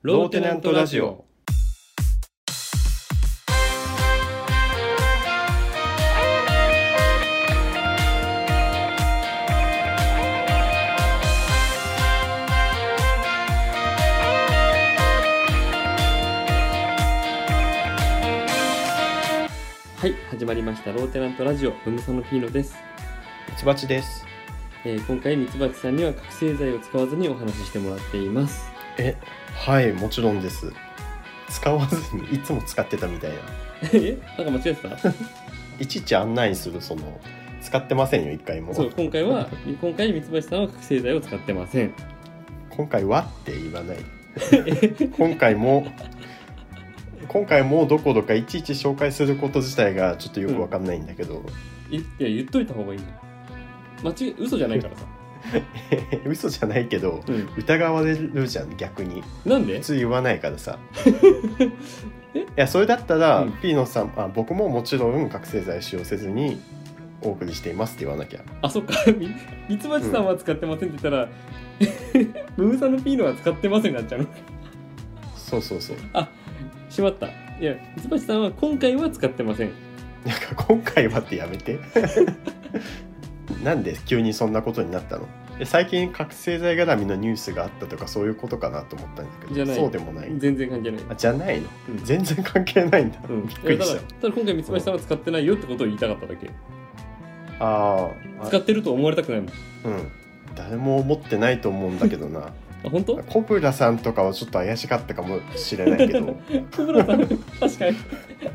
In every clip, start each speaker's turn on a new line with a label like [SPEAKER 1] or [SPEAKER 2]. [SPEAKER 1] ローテナントラジオ。はい始まりましたローテナントラジオ文サのピーノです、
[SPEAKER 2] ミツバチです。
[SPEAKER 1] えー今回ミツバチさんには覚醒剤を使わずにお話ししてもらっています
[SPEAKER 2] え、はい、もちろんです。使わずにいつも使ってたみたいな。
[SPEAKER 1] えなんか間違えて た
[SPEAKER 2] いちいち案内するその使ってませんよ一回も。
[SPEAKER 1] そう今回は今回三橋さんは覚醒剤を使ってません
[SPEAKER 2] 今回はって言わない。 今回も今回もどこどかいちいち紹介すること自体がちょっとよくわかんないんだけど、
[SPEAKER 1] 言って言っといた方がいいじゃん間違え嘘じゃないからさ、
[SPEAKER 2] 嘘じゃないけど
[SPEAKER 1] うん、
[SPEAKER 2] 疑われるじゃん逆に。
[SPEAKER 1] なんで
[SPEAKER 2] 普通言わないからさ
[SPEAKER 1] え
[SPEAKER 2] いやそれだったら、
[SPEAKER 1] うん
[SPEAKER 2] ピーノさんあ僕ももちろん覚醒剤使用せずにお送りしていますって言わなきゃ
[SPEAKER 1] あそっか み三橋さんは使ってませんって言ったら、 ムーさんのピーノは使ってませんになっちゃうの
[SPEAKER 2] そうそうそう
[SPEAKER 1] しまったいや三橋さんは今回は使ってません
[SPEAKER 2] なんか今回はってやめて なんで急にそんなことになったので最近覚醒剤絡みのニュースがあったとかそういうことかなと思ったんだけど
[SPEAKER 1] じゃない
[SPEAKER 2] そうでもない
[SPEAKER 1] 全然関係ない
[SPEAKER 2] あじゃないの
[SPEAKER 1] うん
[SPEAKER 2] 全然関係ないんだ、
[SPEAKER 1] うん、
[SPEAKER 2] びっくりし
[SPEAKER 1] いやだからただ今回三橋さんは使ってないよってことを言いたかっただけ
[SPEAKER 2] たあー
[SPEAKER 1] 使
[SPEAKER 2] あ
[SPEAKER 1] ってると思われたくないもん
[SPEAKER 2] うん誰も思ってないと思うんだけ どな
[SPEAKER 1] あ本当
[SPEAKER 2] コブラさんとかはちょっと怪しかったかもしれないけ ど
[SPEAKER 1] 小村さん確かに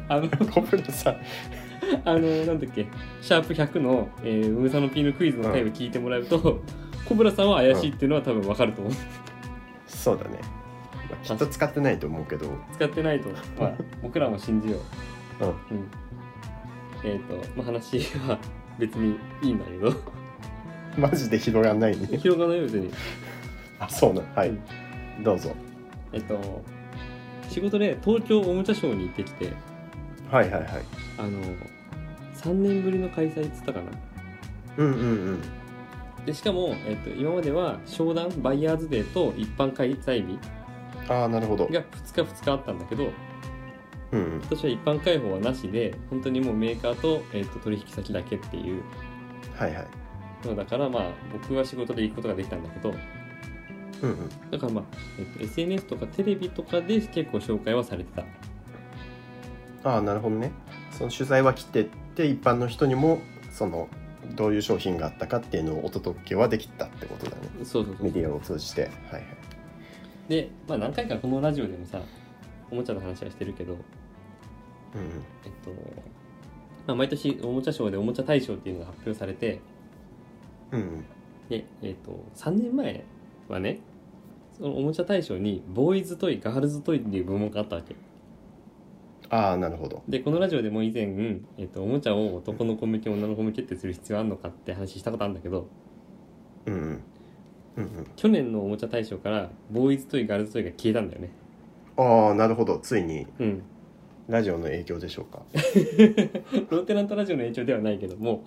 [SPEAKER 1] あの
[SPEAKER 2] コブラさん
[SPEAKER 1] あのなんだっけシャープ100の、えー、ムーサノピーのクイズの回を聞いてもらえると、コブラさんは怪しいっていうのは多分わかると思う、
[SPEAKER 2] そうだね、まあきっと使ってないと思うけど、
[SPEAKER 1] 使ってないと、まあ、僕らも信じよう、
[SPEAKER 2] うん、
[SPEAKER 1] うん、えっ、と、まあ、話は別にいいんだけ ど
[SPEAKER 2] マジで広がんないね
[SPEAKER 1] 広がらないよ別に
[SPEAKER 2] あそうなのはい、どうぞ
[SPEAKER 1] えっ、と仕事で東京おもちゃショーに行ってきて
[SPEAKER 2] はいはいはい
[SPEAKER 1] あの3年ぶりの開催っつったかな
[SPEAKER 2] うんうん
[SPEAKER 1] でしかも、えっと、今までは商談バイヤーズデーと一般開催日
[SPEAKER 2] うんああなるほど
[SPEAKER 1] が2日2日あったんだけど
[SPEAKER 2] うんうん
[SPEAKER 1] 今年は一般開放はなしで本当にもうメーカーと,、えっと取引先だけっていう
[SPEAKER 2] はいはい
[SPEAKER 1] のだからまあ僕は仕事で行くことができたんだけど
[SPEAKER 2] うんうん
[SPEAKER 1] だからまあ、えっと SNS とかテレビとかで結構紹介はされてた
[SPEAKER 2] ああなるほどねその取材は切ってって一般の人にもそのどういう商品があったかっていうのをお届けはできたってことだね
[SPEAKER 1] そうそうそ
[SPEAKER 2] メ
[SPEAKER 1] う
[SPEAKER 2] ディアを通じてはいはい
[SPEAKER 1] で、まあ、何回かこのラジオでもさおもちゃの話はしてるけど
[SPEAKER 2] うんうん
[SPEAKER 1] えっと、まあ、毎年おもちゃショーでおもちゃ大賞っていうのが発表されて
[SPEAKER 2] うん
[SPEAKER 1] で、えっと3年前はねそのおもちゃ大賞にボーイズトイガールズトイっていう部門があったわけ
[SPEAKER 2] ああなるほど
[SPEAKER 1] でこのラジオでも以前、えっとおもちゃを男の子向け女の子向けってする必要あんのかって話したことあるんだけど
[SPEAKER 2] うんうんうんうん
[SPEAKER 1] 去年のおもちゃ大賞からボーイズトイガールズトイが消えたんだよね
[SPEAKER 2] ああなるほどついに
[SPEAKER 1] うん
[SPEAKER 2] ラジオの影響でしょうか
[SPEAKER 1] ローテナントラジオの影響ではないけども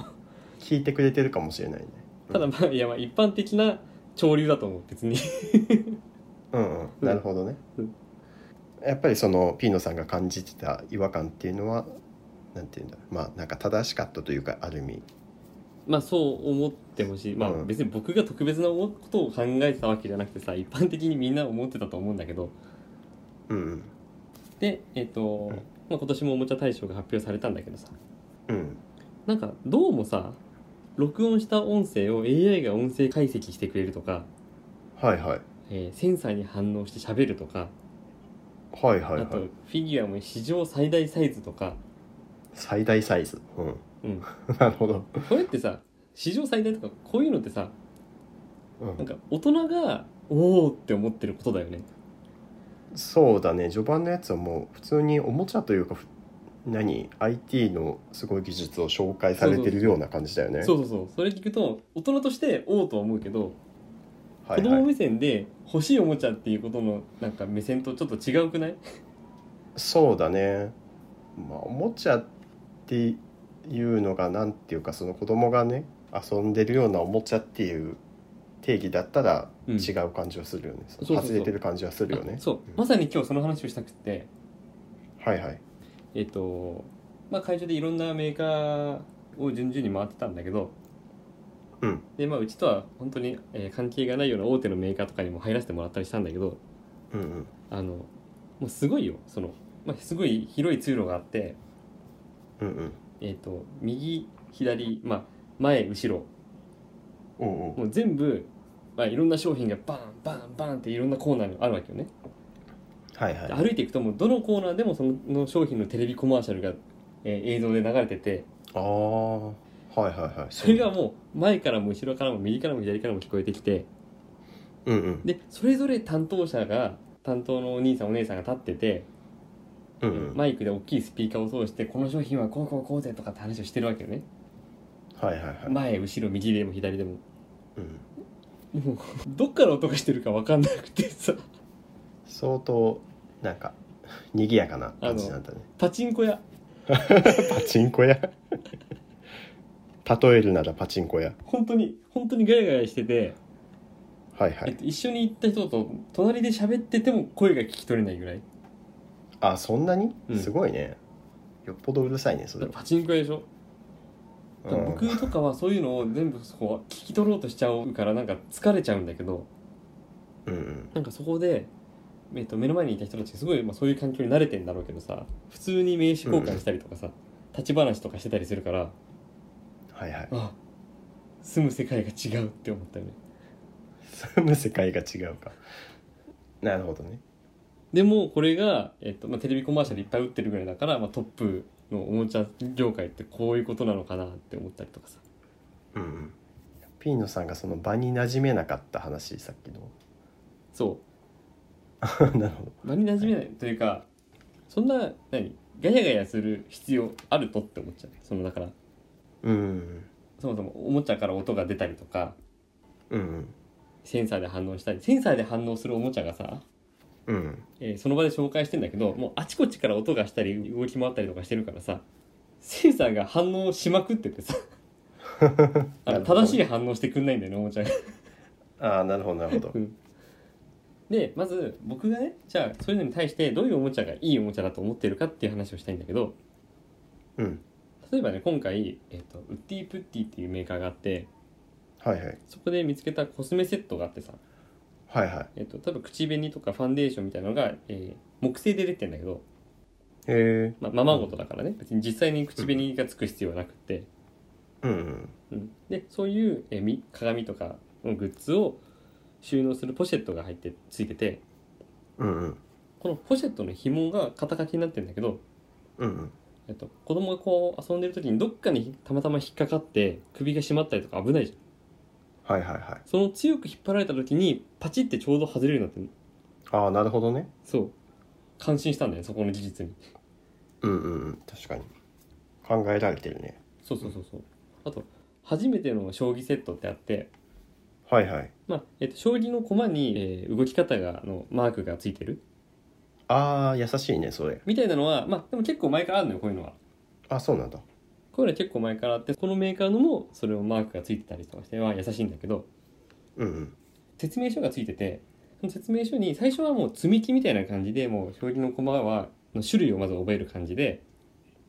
[SPEAKER 2] 聞いてくれてるかもしれないね
[SPEAKER 1] ただまあいやまあ一般的な潮流だと思う別に
[SPEAKER 2] うんうんなるほどね、
[SPEAKER 1] うん
[SPEAKER 2] やっぱりそのピーノさんが感じてた違和感っていうのはなんていうんだろうまあなんか正しかったというかある意味
[SPEAKER 1] まあそう思ってほしいま
[SPEAKER 2] う
[SPEAKER 1] あ
[SPEAKER 2] ん
[SPEAKER 1] 別に僕が特別なことを考えてたわけじゃなくてさ一般的にみんな思ってたと思うんだけど
[SPEAKER 2] うんうん
[SPEAKER 1] でえっ、と、
[SPEAKER 2] うん
[SPEAKER 1] まあ、今年もおもちゃ大賞が発表されたんだけどさ
[SPEAKER 2] うん
[SPEAKER 1] なんかどうもさ録音した音声を AI が音声解析してくれるとか、
[SPEAKER 2] はいはい
[SPEAKER 1] えーセンサーに反応して喋るとか、
[SPEAKER 2] はいはい
[SPEAKER 1] あと
[SPEAKER 2] はい
[SPEAKER 1] フィギュアも史上最大サイズとか、
[SPEAKER 2] 最大サイズうん、
[SPEAKER 1] うん、
[SPEAKER 2] なるほど、
[SPEAKER 1] これって さ史上最大とかこういうのってさ
[SPEAKER 2] う
[SPEAKER 1] なん
[SPEAKER 2] ん、
[SPEAKER 1] か大人がおおって思ってることだよね
[SPEAKER 2] そうだね序盤のやつはもう普通におもちゃというかふ何 IT のすごい技術を紹介されてるような感じだよね
[SPEAKER 1] そうそうそうそれ聞くと大人としておおとは思うけど
[SPEAKER 2] は
[SPEAKER 1] 子
[SPEAKER 2] いは
[SPEAKER 1] 供
[SPEAKER 2] い
[SPEAKER 1] 目線で欲しいおもちゃっていうことのなんか目線とちょっと違うくない
[SPEAKER 2] そうだね、まあ、おもちゃっていうのがなんていうかその子供がね遊んでるようなおもちゃっていう定義だったら
[SPEAKER 1] うん
[SPEAKER 2] 違う感じはするよね、
[SPEAKER 1] そうそうそう
[SPEAKER 2] 外れてる感じはするよね
[SPEAKER 1] そうまさに今日その話をしたくって
[SPEAKER 2] はいはい
[SPEAKER 1] えっ、とまあ会場でいろんなメーカーを順々に回ってたんだけど
[SPEAKER 2] うん
[SPEAKER 1] でまあうちとは本当に、えー関係がないような大手のメーカーとかにも入らせてもらったりしたんだけど
[SPEAKER 2] うんうん
[SPEAKER 1] あのもうすごいよその、まあ、すごい広い通路があって
[SPEAKER 2] うんうん
[SPEAKER 1] えっ、と右左まあ前後ろ
[SPEAKER 2] おうおう
[SPEAKER 1] もう全部、まあ、いろんな商品がバンバンバンっていろんなコーナーがあるわけよね、
[SPEAKER 2] はいはい
[SPEAKER 1] で歩いていくともうどのコーナーでもそのその商品のテレビコマーシャルが、えー映像で流れてて
[SPEAKER 2] ああはいはいはい
[SPEAKER 1] それがもう前からも後ろからも右からも左からも聞こえてきて
[SPEAKER 2] うんうん
[SPEAKER 1] でそれぞれ担当者が担当のお兄さんお姉さんが立ってて、
[SPEAKER 2] うんうん
[SPEAKER 1] マイクで大きいスピーカーを通してこの商品はこうこうこうぜとかって話をしてるわけよね
[SPEAKER 2] はいはいはい
[SPEAKER 1] 前後ろ右でも左でも
[SPEAKER 2] うん
[SPEAKER 1] もうどっから音がしてるか分かんなくてさ
[SPEAKER 2] 相当なんか賑やかな感じなんだね
[SPEAKER 1] パチンコ屋
[SPEAKER 2] パチンコ屋 例えるならパチンコ屋
[SPEAKER 1] 本当に本当にガヤガヤしてて、
[SPEAKER 2] はいは
[SPEAKER 1] えっ
[SPEAKER 2] い
[SPEAKER 1] と、一緒に行った人と隣で喋ってても声が聞き取れないぐらい
[SPEAKER 2] あそんなに、
[SPEAKER 1] うん
[SPEAKER 2] すごいねよっぽどうるさいねそれは、
[SPEAKER 1] パチンコ屋でしょだ
[SPEAKER 2] う
[SPEAKER 1] から
[SPEAKER 2] ん、
[SPEAKER 1] 僕とかはそういうのを全部そこは聞き取ろうとしちゃうからなんか疲れちゃうんだけど
[SPEAKER 2] うんうん
[SPEAKER 1] なんかそこで、えっと、目の前にいた人たちすごい、まあ、そういう環境に慣れてんだろうけどさ普通に名刺交換したりとかさ、立ち話とかしてたりするから
[SPEAKER 2] はいはい
[SPEAKER 1] あ住む世界が違うって思ったよね
[SPEAKER 2] 住む世界が違うかなるほどね
[SPEAKER 1] でもこれが、えっとまあ、テレビコマーシャルいっぱい打ってるぐらいだから、まあ、トップのおもちゃ業界ってこういうことなのかなって思ったりとかさ
[SPEAKER 2] うんうんピーノさんがその場に馴染めなかった話さっきの
[SPEAKER 1] そ
[SPEAKER 2] なるほど
[SPEAKER 1] う場に馴染めないというかそんな何ガヤガヤする必要あるとって思っちゃうそのだから
[SPEAKER 2] うん
[SPEAKER 1] そもそもおもちゃから音が出たりとか
[SPEAKER 2] うんうん
[SPEAKER 1] センサーで反応したりセンサーで反応するおもちゃがさ、
[SPEAKER 2] うん
[SPEAKER 1] えーその場で紹介してんだけどもうあちこちから音がしたり動き回ったりとかしてるからさセンサーが反応しまくってて さあ
[SPEAKER 2] な
[SPEAKER 1] の
[SPEAKER 2] るほど
[SPEAKER 1] 正しい反応してくんないんだよねおもちゃが。
[SPEAKER 2] ああなるほどなるほど
[SPEAKER 1] でまず僕がねじゃあそういうのに対してどういうおもちゃがいいおもちゃだと思ってるかっていう話をしたいんだけど
[SPEAKER 2] うん
[SPEAKER 1] 例えばね今回、えー、とウッディプッディっていうメーカーがあって
[SPEAKER 2] はいはい
[SPEAKER 1] そこで見つけたコスメセットがあってさ、
[SPEAKER 2] はいはい
[SPEAKER 1] えー、と例えば口紅とかファンデーションみたいなのが、えー木製で出てんだけど、
[SPEAKER 2] へえ
[SPEAKER 1] まあ、ままごとだからね別に実際に口紅がつく必要はなくって、
[SPEAKER 2] うんうん
[SPEAKER 1] うん、でそういう、えーみ鏡とかのグッズを収納するポシェットが入ってついてて
[SPEAKER 2] うんうん
[SPEAKER 1] このポシェットの紐が肩書きになってるんだけど
[SPEAKER 2] うんうん
[SPEAKER 1] えっと、子供がこう遊んでる時にどっかにたまたま引っかかって首が締まったりとか危ないじゃん
[SPEAKER 2] はいはいはい
[SPEAKER 1] その強く引っ張られた時にパチってちょうど外れるようになってる
[SPEAKER 2] ああなるほどね
[SPEAKER 1] そう感心したんだよねそこの事実に
[SPEAKER 2] うんうんうん確かに考えられてるね
[SPEAKER 1] そうそうそうそうあと初めての将棋セットってあって、
[SPEAKER 2] はいはい
[SPEAKER 1] まあえっと、将棋の駒に、えー動き方がのマークがついてる
[SPEAKER 2] ああ優しいねそれ
[SPEAKER 1] みたいなのはまあでも結構前からあるのよこういうのは
[SPEAKER 2] あそうなんだ
[SPEAKER 1] こういうのは結構前からあってこのメーカーのもそれをマークがついてたりとかしては優しいんだけど
[SPEAKER 2] うんうん
[SPEAKER 1] 説明書がついててその説明書に最初はもう積み木みたいな感じでもう将棋の駒はの種類をまず覚える感じで、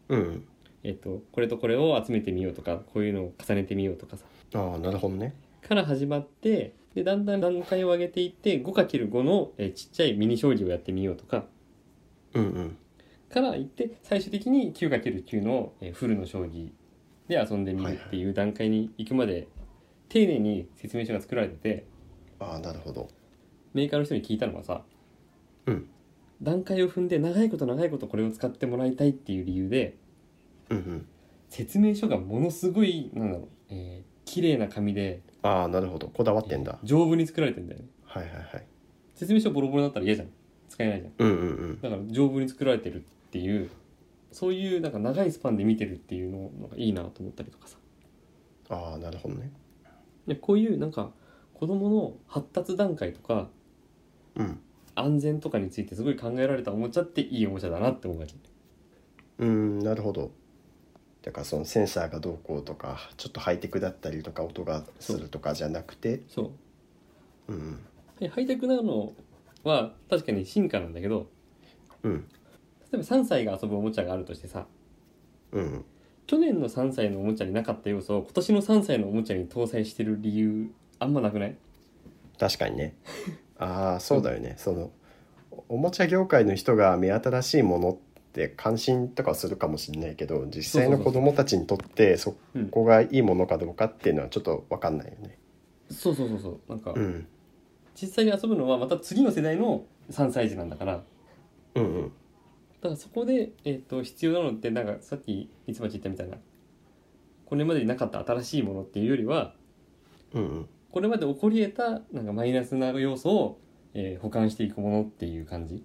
[SPEAKER 2] うんうん
[SPEAKER 1] えっと、これとこれを集めてみようとかこういうのを重ねてみようとかさ
[SPEAKER 2] ああなるほどね
[SPEAKER 1] から始まってでだんだん段階を上げていって 5×5 のえーちっちゃいミニ将棋をやってみようとか
[SPEAKER 2] うんうん
[SPEAKER 1] からいって最終的に 9×9 のえーフルの将棋で遊んでみるっていう段階に行くまで丁寧に説明書が作られてて
[SPEAKER 2] ああなるほど
[SPEAKER 1] メーカーの人に聞いたのはさ
[SPEAKER 2] うん
[SPEAKER 1] 段階を踏んで長いこと長いことこれを使ってもらいたいっていう理由で
[SPEAKER 2] うんうん
[SPEAKER 1] 説明書がものすごいなんだろう、えー、綺麗な紙で
[SPEAKER 2] ああなるほどこだわってんだ
[SPEAKER 1] 丈夫に作られてんだよね
[SPEAKER 2] はいはいはい
[SPEAKER 1] 説明書ボロボロになったら嫌じゃん使えないじゃん
[SPEAKER 2] うんうんうん
[SPEAKER 1] だから丈夫に作られてるっていうそういうなんか長いスパンで見てるっていうのなんかいいなと思ったりとかさ
[SPEAKER 2] ああなるほどね
[SPEAKER 1] でこういうなんか子どもの発達段階とか
[SPEAKER 2] うん
[SPEAKER 1] 安全とかについてすごい考えられたおもちゃっていいおもちゃだなって思うわけ
[SPEAKER 2] うんなるほどだからそのセンサーがどうこうとかちょっとハイテクだったりとか音がするとかじゃなくて
[SPEAKER 1] そう
[SPEAKER 2] うん
[SPEAKER 1] でハイテクなのは確かに進化なんだけど
[SPEAKER 2] うん
[SPEAKER 1] 例えば3歳が遊ぶおもちゃがあるとしてさ
[SPEAKER 2] うん
[SPEAKER 1] 去年の3歳のおもちゃになかった要素を今年の3歳のおもちゃに搭載してる理由あんまなくない
[SPEAKER 2] 確か にねああそうだよねそのおもちゃ業界の人が目新しいものって関心とかはするかもしれないけど実際の
[SPEAKER 1] そうそ
[SPEAKER 2] 子
[SPEAKER 1] うそ
[SPEAKER 2] 供たちにとってそ
[SPEAKER 1] うん
[SPEAKER 2] こがいいものかどうかっていうのはちょっと分かんないよね。
[SPEAKER 1] そうそうそうそうなんか
[SPEAKER 2] うん、
[SPEAKER 1] 実際に遊ぶのはまた次の世代の3歳児なんだから
[SPEAKER 2] うん、うん
[SPEAKER 1] だからそこで、えー、と必要なのってなんかさっきいつまち言ったみたいなこれまでになかった新しいものっていうよりは
[SPEAKER 2] うんうん
[SPEAKER 1] これまで起こり得たなんかマイナスな要素を、えー補完していくものっていう感じ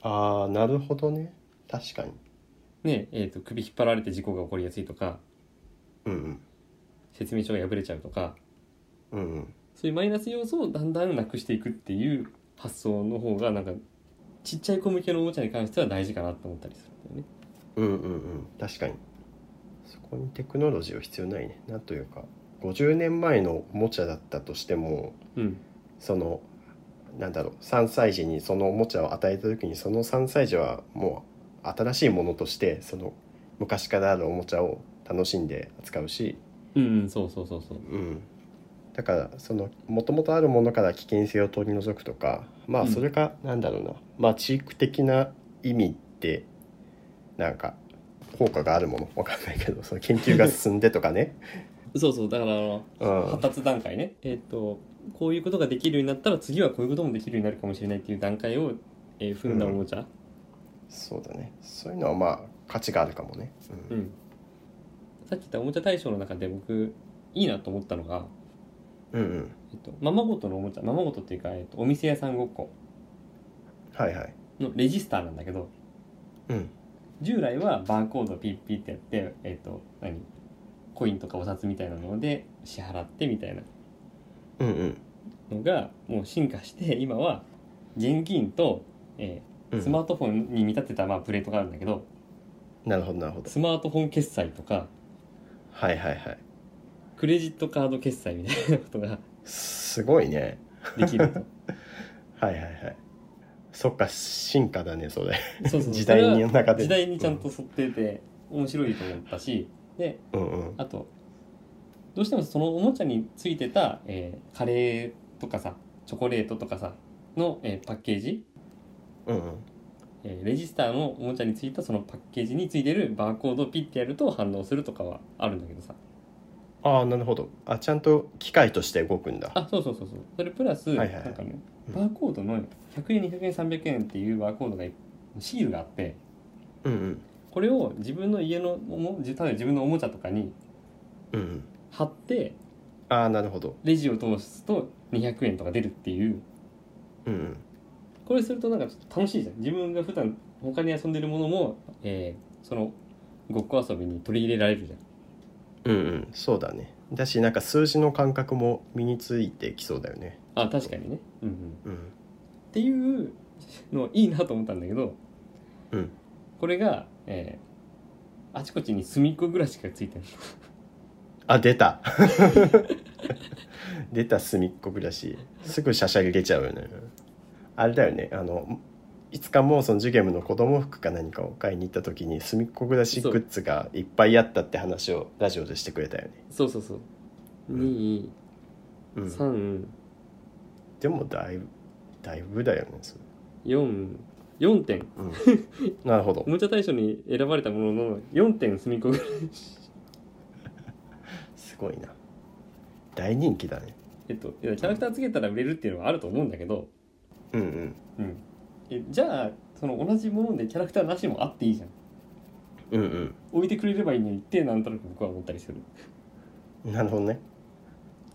[SPEAKER 2] ああなるほどね確かに。
[SPEAKER 1] ねえー、と首引っ張られて事故が起こりやすいとか
[SPEAKER 2] うん
[SPEAKER 1] 説明書が破れちゃうとか
[SPEAKER 2] うんうんうん
[SPEAKER 1] そういうマイナス要素をだんだんなくしていくっていう発想の方がなんかちっちゃい子向けのおもちゃに関しては大事かなと思ったりするんだよね。
[SPEAKER 2] うんうんうん確かにそこにテクノロジーは必要ないねなんというか50年前のおもちゃだったとしても
[SPEAKER 1] うん、
[SPEAKER 2] そのなんだろう3歳児にそのおもちゃを与えた時にその3歳児はもう新しいものとしてその昔からあるおもちゃを楽しんで扱うし、
[SPEAKER 1] うん、うん、そうそうそうそう。
[SPEAKER 2] うん、だからそのもともとあるものから危険性を取り除くとかま
[SPEAKER 1] う
[SPEAKER 2] あ
[SPEAKER 1] ん
[SPEAKER 2] それか、なんだろうなまあ地域的な意味ってなんか効果があるものわかんないけどその研究が進んでとかね。
[SPEAKER 1] そうそうだからあの
[SPEAKER 2] うん
[SPEAKER 1] 発達段階ね、えー、とこういうことができるようになったら次はこういうこともできるようになるかもしれないっていう段階を、えー踏んだおもちゃ、
[SPEAKER 2] そうだねそういうのはまあ価値があるかもね。
[SPEAKER 1] うんさっき言ったおもちゃ大賞の中で僕いいなと思ったのが、
[SPEAKER 2] うん、うん、うん
[SPEAKER 1] えっとままごとのおもちゃままごとっていうか、えっとお店屋さんごっこ
[SPEAKER 2] はいはい。
[SPEAKER 1] のレジスターなんだけど
[SPEAKER 2] うん
[SPEAKER 1] 従来はバーコードピッピッってやって、えっと何コインとかお札みたいなので支払ってみたいな
[SPEAKER 2] うんうん
[SPEAKER 1] のがもう進化して今は現金と、え
[SPEAKER 2] う
[SPEAKER 1] ー
[SPEAKER 2] ん
[SPEAKER 1] スマートフォンに見立てた、まあ、プレートがあるんだけど、
[SPEAKER 2] なるほどなるほど
[SPEAKER 1] スマートフォン決済とか
[SPEAKER 2] はいはいはい
[SPEAKER 1] クレジットカード決済みたいなことが
[SPEAKER 2] すごいね
[SPEAKER 1] でき ると
[SPEAKER 2] はいはいはいそっか進化だねそれ
[SPEAKER 1] そうそう
[SPEAKER 2] 時代
[SPEAKER 1] それ
[SPEAKER 2] の
[SPEAKER 1] は
[SPEAKER 2] 中で
[SPEAKER 1] 時代にちゃんと沿ってて面白いと思ったしで
[SPEAKER 2] うんうん
[SPEAKER 1] あとどうしてもそのおもちゃについてた、えーカレーとかさチョコレートとかさの、えーパッケージ、
[SPEAKER 2] うんうん
[SPEAKER 1] えーレジスターのおもちゃについたそのパッケージについてるバーコードをピッてやると反応するとかはあるんだけどさ
[SPEAKER 2] ああなるほどあちゃんと機械として動くんだ
[SPEAKER 1] あそうそうそうそうそれプラス、
[SPEAKER 2] はいはいはい
[SPEAKER 1] なんかね
[SPEAKER 2] うん
[SPEAKER 1] バーコードの100円200円300円っていうバーコードがシールがあって
[SPEAKER 2] うんうん
[SPEAKER 1] これを自分の家のおも例えば自分のおもちゃとかに
[SPEAKER 2] うんうん
[SPEAKER 1] 貼って
[SPEAKER 2] ああなるほど
[SPEAKER 1] レジを通すと200円とか出るっていう
[SPEAKER 2] うんうん
[SPEAKER 1] これするとなんかちょっと楽しいじゃん自分が普段他に遊んでるものも、えーそのごっこ遊びに取り入れられるじゃん
[SPEAKER 2] うんうんそうだねだしなんか数字の感覚も身についてきそうだよね
[SPEAKER 1] あ確かにね、うんうん、
[SPEAKER 2] うん
[SPEAKER 1] っていうのいいなと思ったんだけど
[SPEAKER 2] うん
[SPEAKER 1] これが、えーあちこちに隅っこぐらいしかついてない
[SPEAKER 2] あ出た 出た隅っこ暮らしすぐしゃしゃり出ちゃうよねあれだよねあのいつかもうそのジュゲムの子供服か何かを買いに行った時に隅っこ暮らしグッズがいっぱいあったって話をラジオでしてくれたよね、
[SPEAKER 1] そうそうそう
[SPEAKER 2] うん
[SPEAKER 1] 2
[SPEAKER 2] うん
[SPEAKER 1] 3
[SPEAKER 2] でもだいぶだいぶだよねそれ
[SPEAKER 1] 4 4点
[SPEAKER 2] うん、なるほど
[SPEAKER 1] おもちゃ大賞に選ばれたものの4点隅っこぐらい
[SPEAKER 2] すごいな大人気だね
[SPEAKER 1] えっといやキャラクターつけたら売れるっていうのはあると思うんだけど、
[SPEAKER 2] うんうん
[SPEAKER 1] うん、えじゃあその同じものでキャラクターなしもあっていいじゃん
[SPEAKER 2] うん
[SPEAKER 1] 置いてくれればいいのにってなんとなく僕は思ったりする
[SPEAKER 2] うんなるほどね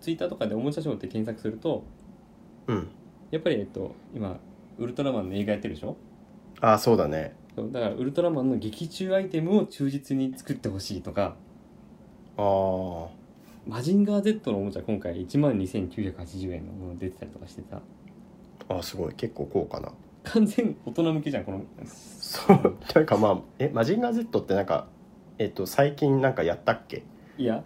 [SPEAKER 1] ツイッターとかでおもちゃショーって検索すると
[SPEAKER 2] うん
[SPEAKER 1] やっぱりえっと今ウルトラマンの映画やってるでしょ
[SPEAKER 2] ああそうだね
[SPEAKER 1] そうだからウルトラマンの劇中アイテムを忠実に作ってほしいとか
[SPEAKER 2] ああ
[SPEAKER 1] マジンガー Z のおもちゃ今回1万2980円のもの出てたりとかしてさ
[SPEAKER 2] あーすごい結構高価な
[SPEAKER 1] 完全大人向けじゃんこの
[SPEAKER 2] そうなんかまあえマジンガー Z ってなんかえっと 最近なんかやったっけ
[SPEAKER 1] いや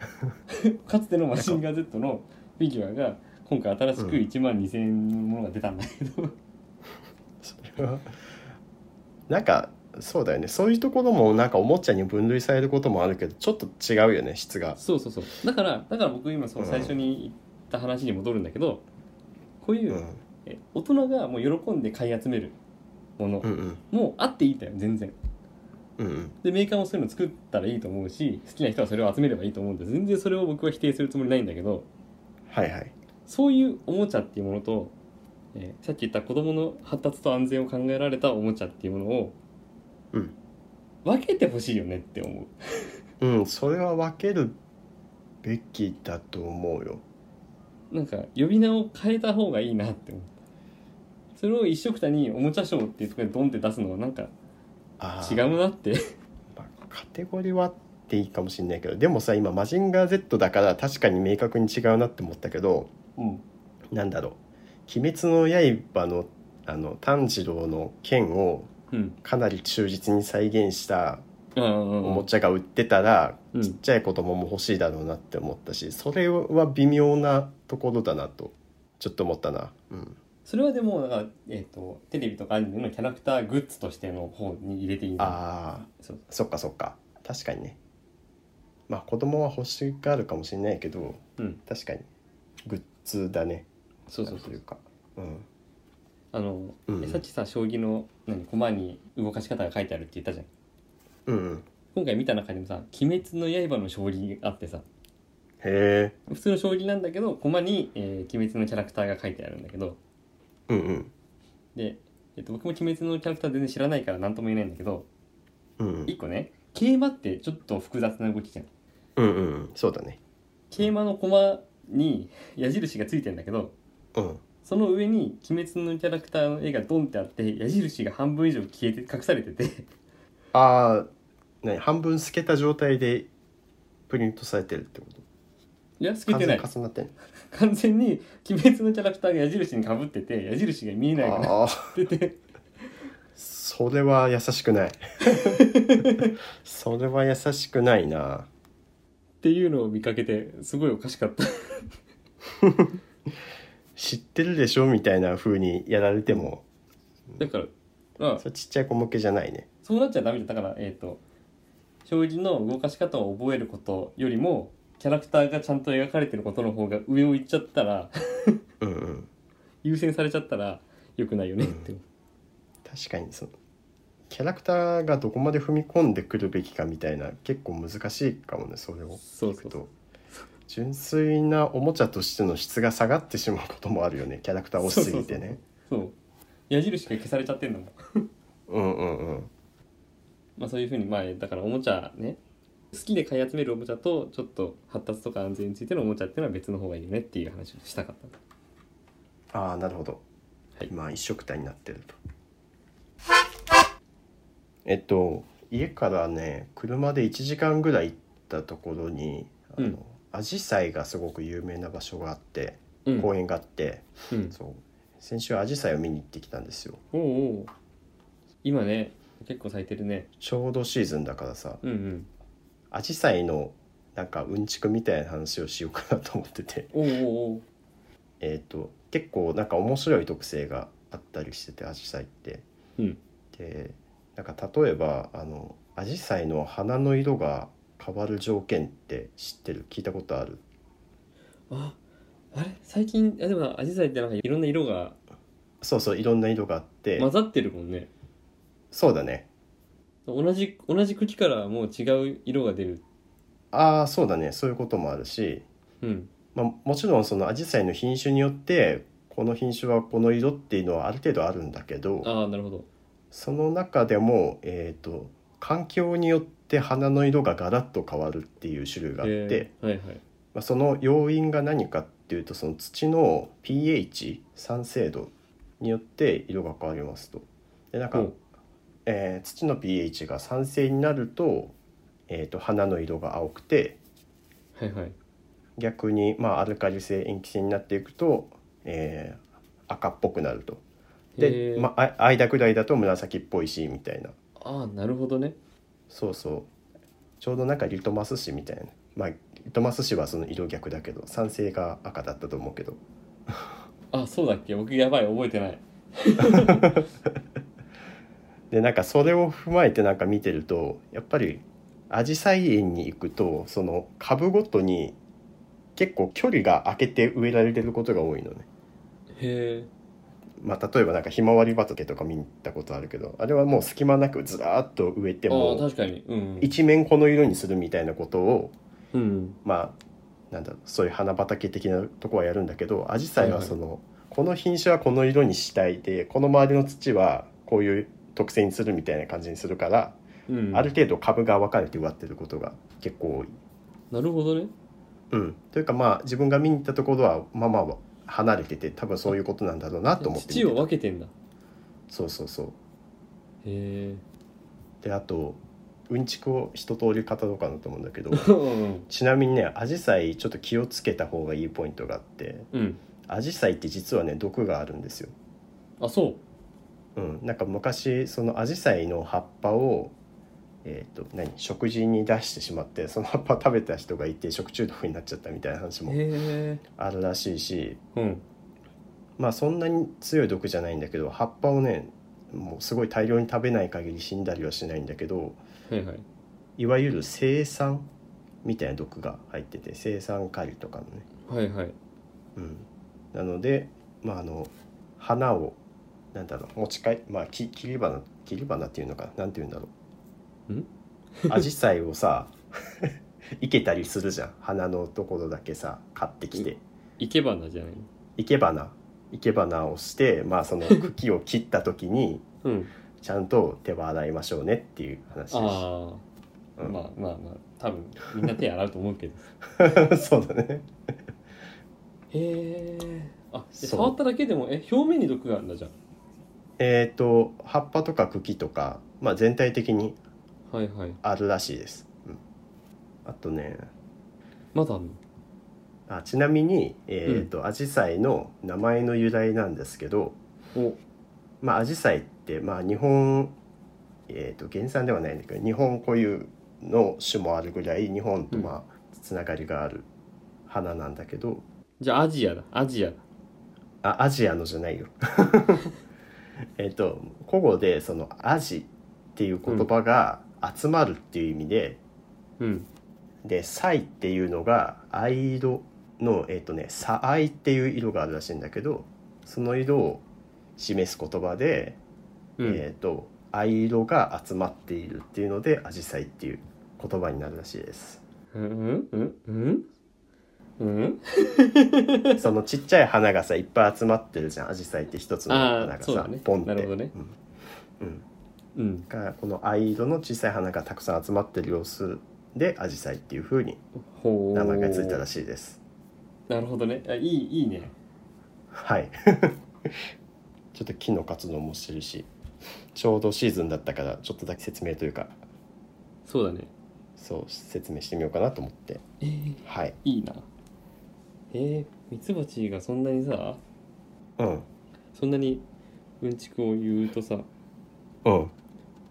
[SPEAKER 1] かつてのマジンガー Z のフィギュアが今回新しく1万2,000円のものが出たんだけど、
[SPEAKER 2] それはなんかそうだよねそういうところもなんかおもちゃに分類されることもあるけどちょっと違うよね質 が
[SPEAKER 1] そうそうそうだからだから僕今そうの
[SPEAKER 2] ん
[SPEAKER 1] 最初に言った話に戻るんだけど、こういうう、
[SPEAKER 2] ん
[SPEAKER 1] え大人がもう喜んで買い集めるもの、
[SPEAKER 2] うんうん
[SPEAKER 1] もうあっていいんだよ全然
[SPEAKER 2] うんうん
[SPEAKER 1] でメーカーもそういうの作ったらいいと思うし好きな人はそれを集めればいいと思うんで全然それを僕は否定するつもりないんだけど
[SPEAKER 2] はいはい
[SPEAKER 1] そういうおもちゃっていうものと、えーさっき言った子どもの発達と安全を考えられたおもちゃっていうものを、
[SPEAKER 2] うん
[SPEAKER 1] 分けてほしいよねって思う
[SPEAKER 2] うんそれは分けるべきだと思うよ
[SPEAKER 1] なんか呼び名を変えた方がいいなって思ったそれを一緒くたにおもちゃショーっていうところでドンって出すのはなんか
[SPEAKER 2] あー
[SPEAKER 1] 違うなって
[SPEAKER 2] まあカテゴリーはあっていいかもしれないけどでもさ今「マジンガー Z」だから確かに明確に違うなって思ったけど
[SPEAKER 1] うん
[SPEAKER 2] なんだろう「鬼滅の刃の」あの炭治郎の剣を
[SPEAKER 1] うん
[SPEAKER 2] かなり忠実に再現した
[SPEAKER 1] ああうん
[SPEAKER 2] おもちゃが売ってたら、
[SPEAKER 1] うん
[SPEAKER 2] ちっちゃい子供も欲しいだろうなって思ったしそれは微妙なところだなとちょっと思ったな、うん、
[SPEAKER 1] それはでもだから、えー、とテレビとかアニメのキャラクターグッズとしての方に入れていいんだ
[SPEAKER 2] あー
[SPEAKER 1] そう
[SPEAKER 2] そっかそっか確かにねまあ子供は欲しがるかもしれないけど
[SPEAKER 1] うん
[SPEAKER 2] 確かにグッズだね
[SPEAKER 1] そうそうそ
[SPEAKER 2] なんといううかうん
[SPEAKER 1] あの、
[SPEAKER 2] うん
[SPEAKER 1] えさっきさ将棋の何駒に動かし方が書いてあるって言ったじゃん
[SPEAKER 2] うんうん
[SPEAKER 1] 今回見た中にもさ「鬼滅の刃」の将棋があってさ
[SPEAKER 2] へえ
[SPEAKER 1] 普通の将棋なんだけど駒に、えー鬼滅のキャラクターが書いてあるんだけど
[SPEAKER 2] うんうん
[SPEAKER 1] で、えっと、僕も鬼滅のキャラクター全然知らないから何とも言えないんだけど
[SPEAKER 2] うんうん
[SPEAKER 1] 一個ね桂馬ってちょっと複雑な動きじゃん
[SPEAKER 2] うんうんそうだね
[SPEAKER 1] 桂馬の駒に矢印がついてんだけど
[SPEAKER 2] うん
[SPEAKER 1] その上に鬼滅のキャラクターの絵がドンってあって矢印が半分以上消えて隠されてて
[SPEAKER 2] ああ何半分透けた状態でプリントされてるってこと
[SPEAKER 1] い や透けてない
[SPEAKER 2] 完全に重なってんの
[SPEAKER 1] 完全に鬼滅のキャラクターが矢印にかぶってて矢印が見えないから
[SPEAKER 2] ああ
[SPEAKER 1] ってて
[SPEAKER 2] それは優しくないそれは優しくないな
[SPEAKER 1] っていうのを見かけてすごいおかしかった
[SPEAKER 2] 知ってるでしょみたいな風にやられても
[SPEAKER 1] だからまあ
[SPEAKER 2] それちっちゃい子向けじゃないね
[SPEAKER 1] そうなっちゃダメだだからえっ、と将棋の動かし方を覚えることよりもキャラクターがちゃんと描かれてることの方が上を行っちゃったら
[SPEAKER 2] うんうん
[SPEAKER 1] 優先されちゃったら良くないよねって、
[SPEAKER 2] 確かにそのキャラクターがどこまで踏み込んでくるべきかみたいな結構難しいかもねそれを
[SPEAKER 1] そうそ
[SPEAKER 2] 聞く
[SPEAKER 1] うそう
[SPEAKER 2] と純粋なおもちゃとしての質が下がってしまうこともあるよねキャラクター押しすぎてね
[SPEAKER 1] そう矢印が消されちゃってんのもん
[SPEAKER 2] うんうんうん
[SPEAKER 1] まあそういうふうにまあだからおもちゃね好きで買い集めるおもちゃとちょっと発達とか安全についてのおもちゃっていうのは別の方がいいよねっていう話をしたかった
[SPEAKER 2] ああなるほど、
[SPEAKER 1] はい
[SPEAKER 2] 今一緒くたになってるとえっと家からね車で1時間ぐらい行ったところにあ
[SPEAKER 1] うん
[SPEAKER 2] のアジサイがすごく有名な場所があって
[SPEAKER 1] うん、
[SPEAKER 2] 公園があって、
[SPEAKER 1] うん、
[SPEAKER 2] そう先週アジサイを見に行ってきたんですよ
[SPEAKER 1] おうおう今ね結構咲いてるね
[SPEAKER 2] ちょうどシーズンだからさ
[SPEAKER 1] うんうん
[SPEAKER 2] アジサイのなんかうんちくみたいな話をしようかなと思ってて
[SPEAKER 1] おうおうおう
[SPEAKER 2] えっ、と結構なんか面白い特性があったりしててアジサイって。
[SPEAKER 1] うん
[SPEAKER 2] でなんか例えばあのアジサイの花の色が変わる条件って知ってる聞いたことある
[SPEAKER 1] ああれ最近あでもアジサイってなんかいろんな色が
[SPEAKER 2] そうそういろんな色があって、
[SPEAKER 1] 混ざってるもんね
[SPEAKER 2] そうだね
[SPEAKER 1] 同じ同じ茎からもう違う色が出る
[SPEAKER 2] ああそうだねそういうこともあるし
[SPEAKER 1] うん
[SPEAKER 2] まあ、もちろんそのアジサイの品種によってこの品種はこの色っていうのはある程度あるんだけど
[SPEAKER 1] ああなるほど
[SPEAKER 2] その中でも、えー、と環境によって花の色がガラッと変わるっていう種類があって、
[SPEAKER 1] へーはいはい
[SPEAKER 2] まあ、その要因が何かっていうとその土の pH 酸性度によって色が変わりますと。でなんか、
[SPEAKER 1] うん
[SPEAKER 2] えー土の pH が酸性になると,、えー、と花の色が青くて
[SPEAKER 1] はいはい
[SPEAKER 2] 逆に、まあ、アルカリ性塩基性になっていくと、えー赤っぽくなると
[SPEAKER 1] へ
[SPEAKER 2] で、
[SPEAKER 1] ー
[SPEAKER 2] まあ、あ間ぐらいだと紫っぽいしみたいな
[SPEAKER 1] ああなるほどね
[SPEAKER 2] そうそうちょうどなんかリトマス紙みたいなまあリトマス紙はその色逆だけど酸性が赤だったと思うけど
[SPEAKER 1] あそうだっけ僕やばい覚えてない
[SPEAKER 2] でなんかそれを踏まえてなんか見てるとやっぱりアジサイ園に行くとその株ごとに結構距離が空けて植えられてることが多いのね。
[SPEAKER 1] へえ
[SPEAKER 2] まあ、例えばなんかひまわり畑とか見たことあるけどあれはもう隙間なくずらーっと植えて
[SPEAKER 1] あー
[SPEAKER 2] も
[SPEAKER 1] 確かにうん
[SPEAKER 2] 一面この色にするみたいなことを
[SPEAKER 1] うん
[SPEAKER 2] まあなんだろうそういう花畑的なとこはやるんだけどアジサイはその、この品種はこの色にしたいでこの周りの土はこういう特性にするみたいな感じにするから、
[SPEAKER 1] うん
[SPEAKER 2] ある程度株が分かれて植わってることが結構多い。
[SPEAKER 1] なるほどね
[SPEAKER 2] うん、というかまあ自分が見に行ったところはまあまあ離れてて多分そういうことなんだろうなと思って見て
[SPEAKER 1] 土を分けてんだへ
[SPEAKER 2] そうそうそう
[SPEAKER 1] え
[SPEAKER 2] であとうんちくを一通り語ろうかなと思うんだけど
[SPEAKER 1] うん
[SPEAKER 2] ちなみにねアジサイちょっと気をつけた方がいいポイントがあって
[SPEAKER 1] うん
[SPEAKER 2] アジサイって実はね毒があるんですよ。
[SPEAKER 1] あそう
[SPEAKER 2] うん、なんか昔そのアジサイの葉っぱを、えー、と何食事に出してしまってその葉っぱ食べた人がいて食中毒になっちゃったみたいな話も
[SPEAKER 1] へ
[SPEAKER 2] あるらしいし
[SPEAKER 1] えうん
[SPEAKER 2] まあそんなに強い毒じゃないんだけど葉っぱをねもうすごい大量に食べない限り死んだりはしないんだけど
[SPEAKER 1] はいはい
[SPEAKER 2] いわゆる青酸みたいな毒が入ってて青酸カリとかの
[SPEAKER 1] は
[SPEAKER 2] ね、
[SPEAKER 1] いはい
[SPEAKER 2] うん、なので、まあ、あの花をなんだろう持ち帰まあき切り花切り花っていうのかなんて言うんだろう。
[SPEAKER 1] ん
[SPEAKER 2] アジサイをさ 生けたりするじゃん花のところだけさ買ってきて
[SPEAKER 1] 生け花じゃないの
[SPEAKER 2] 生け花生け花をしてま あその茎を切った時に
[SPEAKER 1] うん
[SPEAKER 2] ちゃんと手は洗いましょうねっていう話だし
[SPEAKER 1] ああ、
[SPEAKER 2] うん
[SPEAKER 1] まあまあまあ多分みんな手洗うと思うけ ど
[SPEAKER 2] そうだね
[SPEAKER 1] へえあで
[SPEAKER 2] そう
[SPEAKER 1] 触っただけでもえ表面に毒があるんだじゃ
[SPEAKER 2] えっ、と葉っぱとか茎とか、まあ、全体的に
[SPEAKER 1] あはいはい
[SPEAKER 2] あるらしいです、うん、あとね
[SPEAKER 1] まだあんの
[SPEAKER 2] あちなみにえっ、とアジサイの名前の由来なんですけど
[SPEAKER 1] お
[SPEAKER 2] まあアジサイってまあ日本えっ、と原産ではないんだけど日本固有の種もあるぐらい日本とまあつながりがある花なんだけど、
[SPEAKER 1] じゃあアジアだアジアだ
[SPEAKER 2] あアジアのじゃないよ えっと古語でその「アジ」っていう言葉が「集まる」っていう意味で、
[SPEAKER 1] うん
[SPEAKER 2] で「サイ」っていうのが藍色のえっ、とね「サアイ」っていう色があるらしいんだけどその色を示す言葉で、
[SPEAKER 1] うん、
[SPEAKER 2] えっ、と藍色が集まっているっていうので「アジサイ」っていう言葉になるらしいです。
[SPEAKER 1] うんうんうんうん
[SPEAKER 2] そのちっちゃい花がさいっぱい集まってるじゃんアジサイって一つの花
[SPEAKER 1] あ
[SPEAKER 2] が
[SPEAKER 1] ーそう
[SPEAKER 2] さ、
[SPEAKER 1] だね
[SPEAKER 2] ポンって。
[SPEAKER 1] なるほどね
[SPEAKER 2] うんうん
[SPEAKER 1] うん
[SPEAKER 2] がこの藍色の小さい花がたくさん集まってる様子でアジサイっていう風に
[SPEAKER 1] ほう
[SPEAKER 2] 名前がついたらしいです。
[SPEAKER 1] なるほどねあいいいいね
[SPEAKER 2] はい。 ちょっと木の活動もしてるし、ちょうどシーズンだったからちょっとだけ説明というか、
[SPEAKER 1] そうだね
[SPEAKER 2] そう説明してみようかなと思って、
[SPEAKER 1] えー、
[SPEAKER 2] はい。
[SPEAKER 1] いいなえー、ミツバチがそんなにさ
[SPEAKER 2] うん
[SPEAKER 1] そんなにうんちくを言うとさ
[SPEAKER 2] うん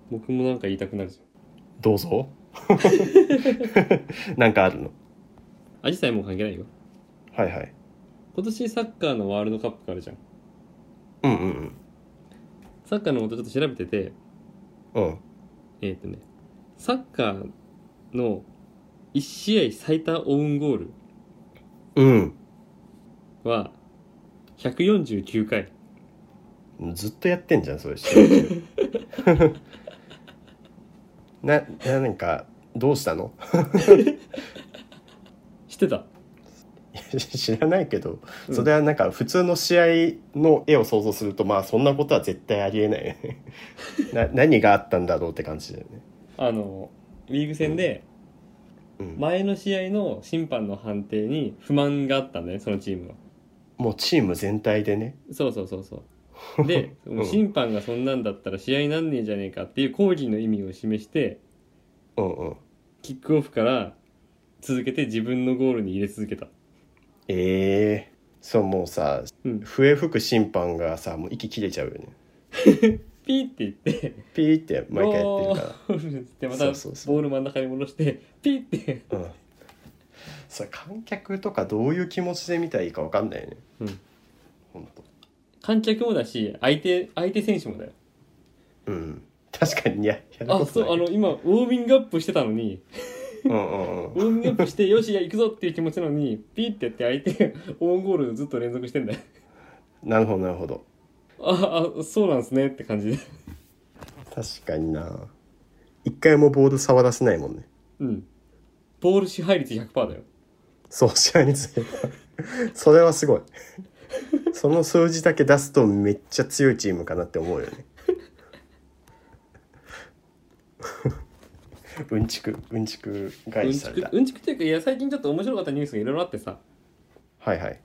[SPEAKER 1] 僕もなんか言いたくなるじ
[SPEAKER 2] どうぞ。 なんかあるの。
[SPEAKER 1] ゃんアジサイも関係ないよ
[SPEAKER 2] はいはい。
[SPEAKER 1] 今年サッカーのワールドカップがあるじゃん
[SPEAKER 2] うんうん
[SPEAKER 1] サッカーのことちょっと調べてて
[SPEAKER 2] うんうん
[SPEAKER 1] えっ、とねサッカーの1試合最多オウンゴール
[SPEAKER 2] うん。
[SPEAKER 1] は149回
[SPEAKER 2] ずっとやってんじゃんそれ 試合中なななんかどうしたの
[SPEAKER 1] 知ってた
[SPEAKER 2] 知らないけど、
[SPEAKER 1] うん
[SPEAKER 2] それはなんか普通の試合の絵を想像するとまあそんなことは絶対ありえない よねな何があったんだろうって感じだよね、
[SPEAKER 1] あのリーグ戦で
[SPEAKER 2] うん
[SPEAKER 1] 前の試合の審判の判定に不満があったんだねそのチームは
[SPEAKER 2] もうチーム全体でね
[SPEAKER 1] そうそうそうそう で
[SPEAKER 2] うん
[SPEAKER 1] 審判がそんなんだったら試合になんねえじゃねえかっていう抗議の意味を示して
[SPEAKER 2] うんうん
[SPEAKER 1] キックオフから続けて自分のゴールに入れ続けた
[SPEAKER 2] ええそうもうさ
[SPEAKER 1] うん
[SPEAKER 2] 笛吹く審判がさもう息切れちゃうよね
[SPEAKER 1] ピーって言って
[SPEAKER 2] ピーって毎回やってるから
[SPEAKER 1] ゴールってまた
[SPEAKER 2] そ
[SPEAKER 1] ボ
[SPEAKER 2] うそうそう
[SPEAKER 1] ール真ん中に戻してピーって
[SPEAKER 2] うんそれ観客とかどういう気持ちで見たらいいか分かんないよね
[SPEAKER 1] うん
[SPEAKER 2] 本当
[SPEAKER 1] 観客もだし相手相手選手もだよ
[SPEAKER 2] うん確かにいややる
[SPEAKER 1] あ
[SPEAKER 2] こと
[SPEAKER 1] そ
[SPEAKER 2] な
[SPEAKER 1] う
[SPEAKER 2] い
[SPEAKER 1] あの今ウォーミングアップしてたのに
[SPEAKER 2] うんう
[SPEAKER 1] ウ
[SPEAKER 2] ん
[SPEAKER 1] ォ
[SPEAKER 2] うん
[SPEAKER 1] ーミングアップしてよしいや行くぞっていう気持ちなのにピーってやって相手がオウンゴールずっと連続してんだよ
[SPEAKER 2] なるほどなるほど
[SPEAKER 1] ああそうなんすねって感じで
[SPEAKER 2] 確かにな一回もボール触らせないもんね
[SPEAKER 1] うんボール支配率100%だよ
[SPEAKER 2] そう試合についてそれはすごいその数字だけ出すとめっちゃ強いチームかなって思うよねうんちくうんちく
[SPEAKER 1] う
[SPEAKER 2] 返
[SPEAKER 1] ん
[SPEAKER 2] し
[SPEAKER 1] ち
[SPEAKER 2] さ
[SPEAKER 1] く
[SPEAKER 2] れた、
[SPEAKER 1] うんちくっていうかいや最近ちょっと面白かったニュースがいろいろあってさ
[SPEAKER 2] はいはい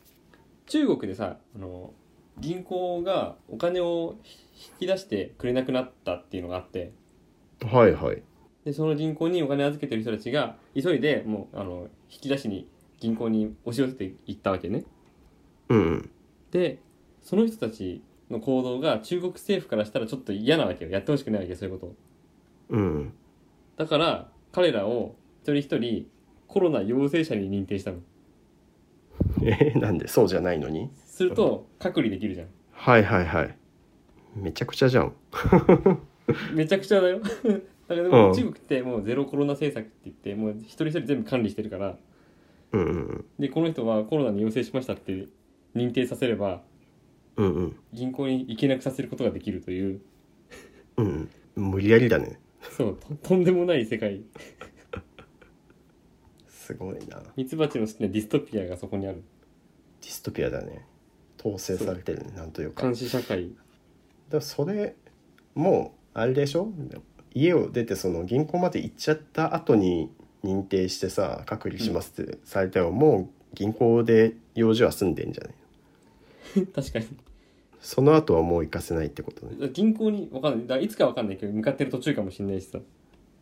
[SPEAKER 1] 中国でさあの銀行がお金を引き出してくれなくなったっていうのがあって
[SPEAKER 2] はいはい
[SPEAKER 1] でその銀行にお金預けてる人たちが急いでもうあの引き出しに銀行に押し寄せていったわけね
[SPEAKER 2] うんうん
[SPEAKER 1] でその人たちの行動が中国政府からしたらちょっと嫌なわけよやってほしくないわけよそういうことを
[SPEAKER 2] うん
[SPEAKER 1] だから彼らを一人一人コロナ陽性者に認定したの
[SPEAKER 2] えーなんでそうじゃないのに
[SPEAKER 1] すると隔離できるじゃん
[SPEAKER 2] はいはいはいめちゃくちゃじゃん
[SPEAKER 1] めちゃくちゃだよ だからで
[SPEAKER 2] う
[SPEAKER 1] も
[SPEAKER 2] ん
[SPEAKER 1] 中国ってもうゼロコロナ政策って言ってもう一人一人全部管理してるから
[SPEAKER 2] うんうん
[SPEAKER 1] でこの人はコロナに陽性しましたって認定させれば
[SPEAKER 2] うんうんうん
[SPEAKER 1] 銀行に行けなくさせることができるという
[SPEAKER 2] うんうん無理やりだね
[SPEAKER 1] そうととんでもない世界
[SPEAKER 2] すごいなデ
[SPEAKER 1] ミツバチの好きなディストピアがそこにある
[SPEAKER 2] ィストピアだね統制されてるねなんというか
[SPEAKER 1] 監視社会
[SPEAKER 2] だからそれもうあれでしょ家を出てその銀行まで行っちゃった後に認定してさ隔離しますってされたらもう銀行で用事は済んでんじゃない
[SPEAKER 1] 確かに
[SPEAKER 2] その後はもう行かせないってことね
[SPEAKER 1] 銀行にわかんないだからいつかわかんないけど向かってる途中かもしれないしさ